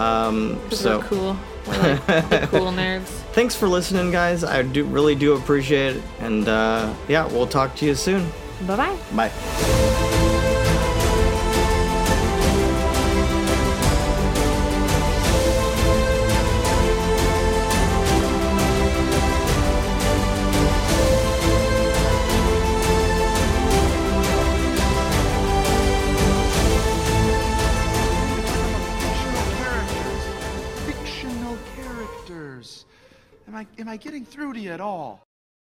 [SPEAKER 2] Um,
[SPEAKER 1] 'cause
[SPEAKER 2] so
[SPEAKER 1] we're cool. We're like the cool nerds.
[SPEAKER 2] thanks for listening, guys. I do really do appreciate it, and uh, yeah, we'll talk to you soon.
[SPEAKER 1] Bye bye.
[SPEAKER 2] Bye.
[SPEAKER 3] Fictional characters. Fictional characters. Am I am I getting through to you at all?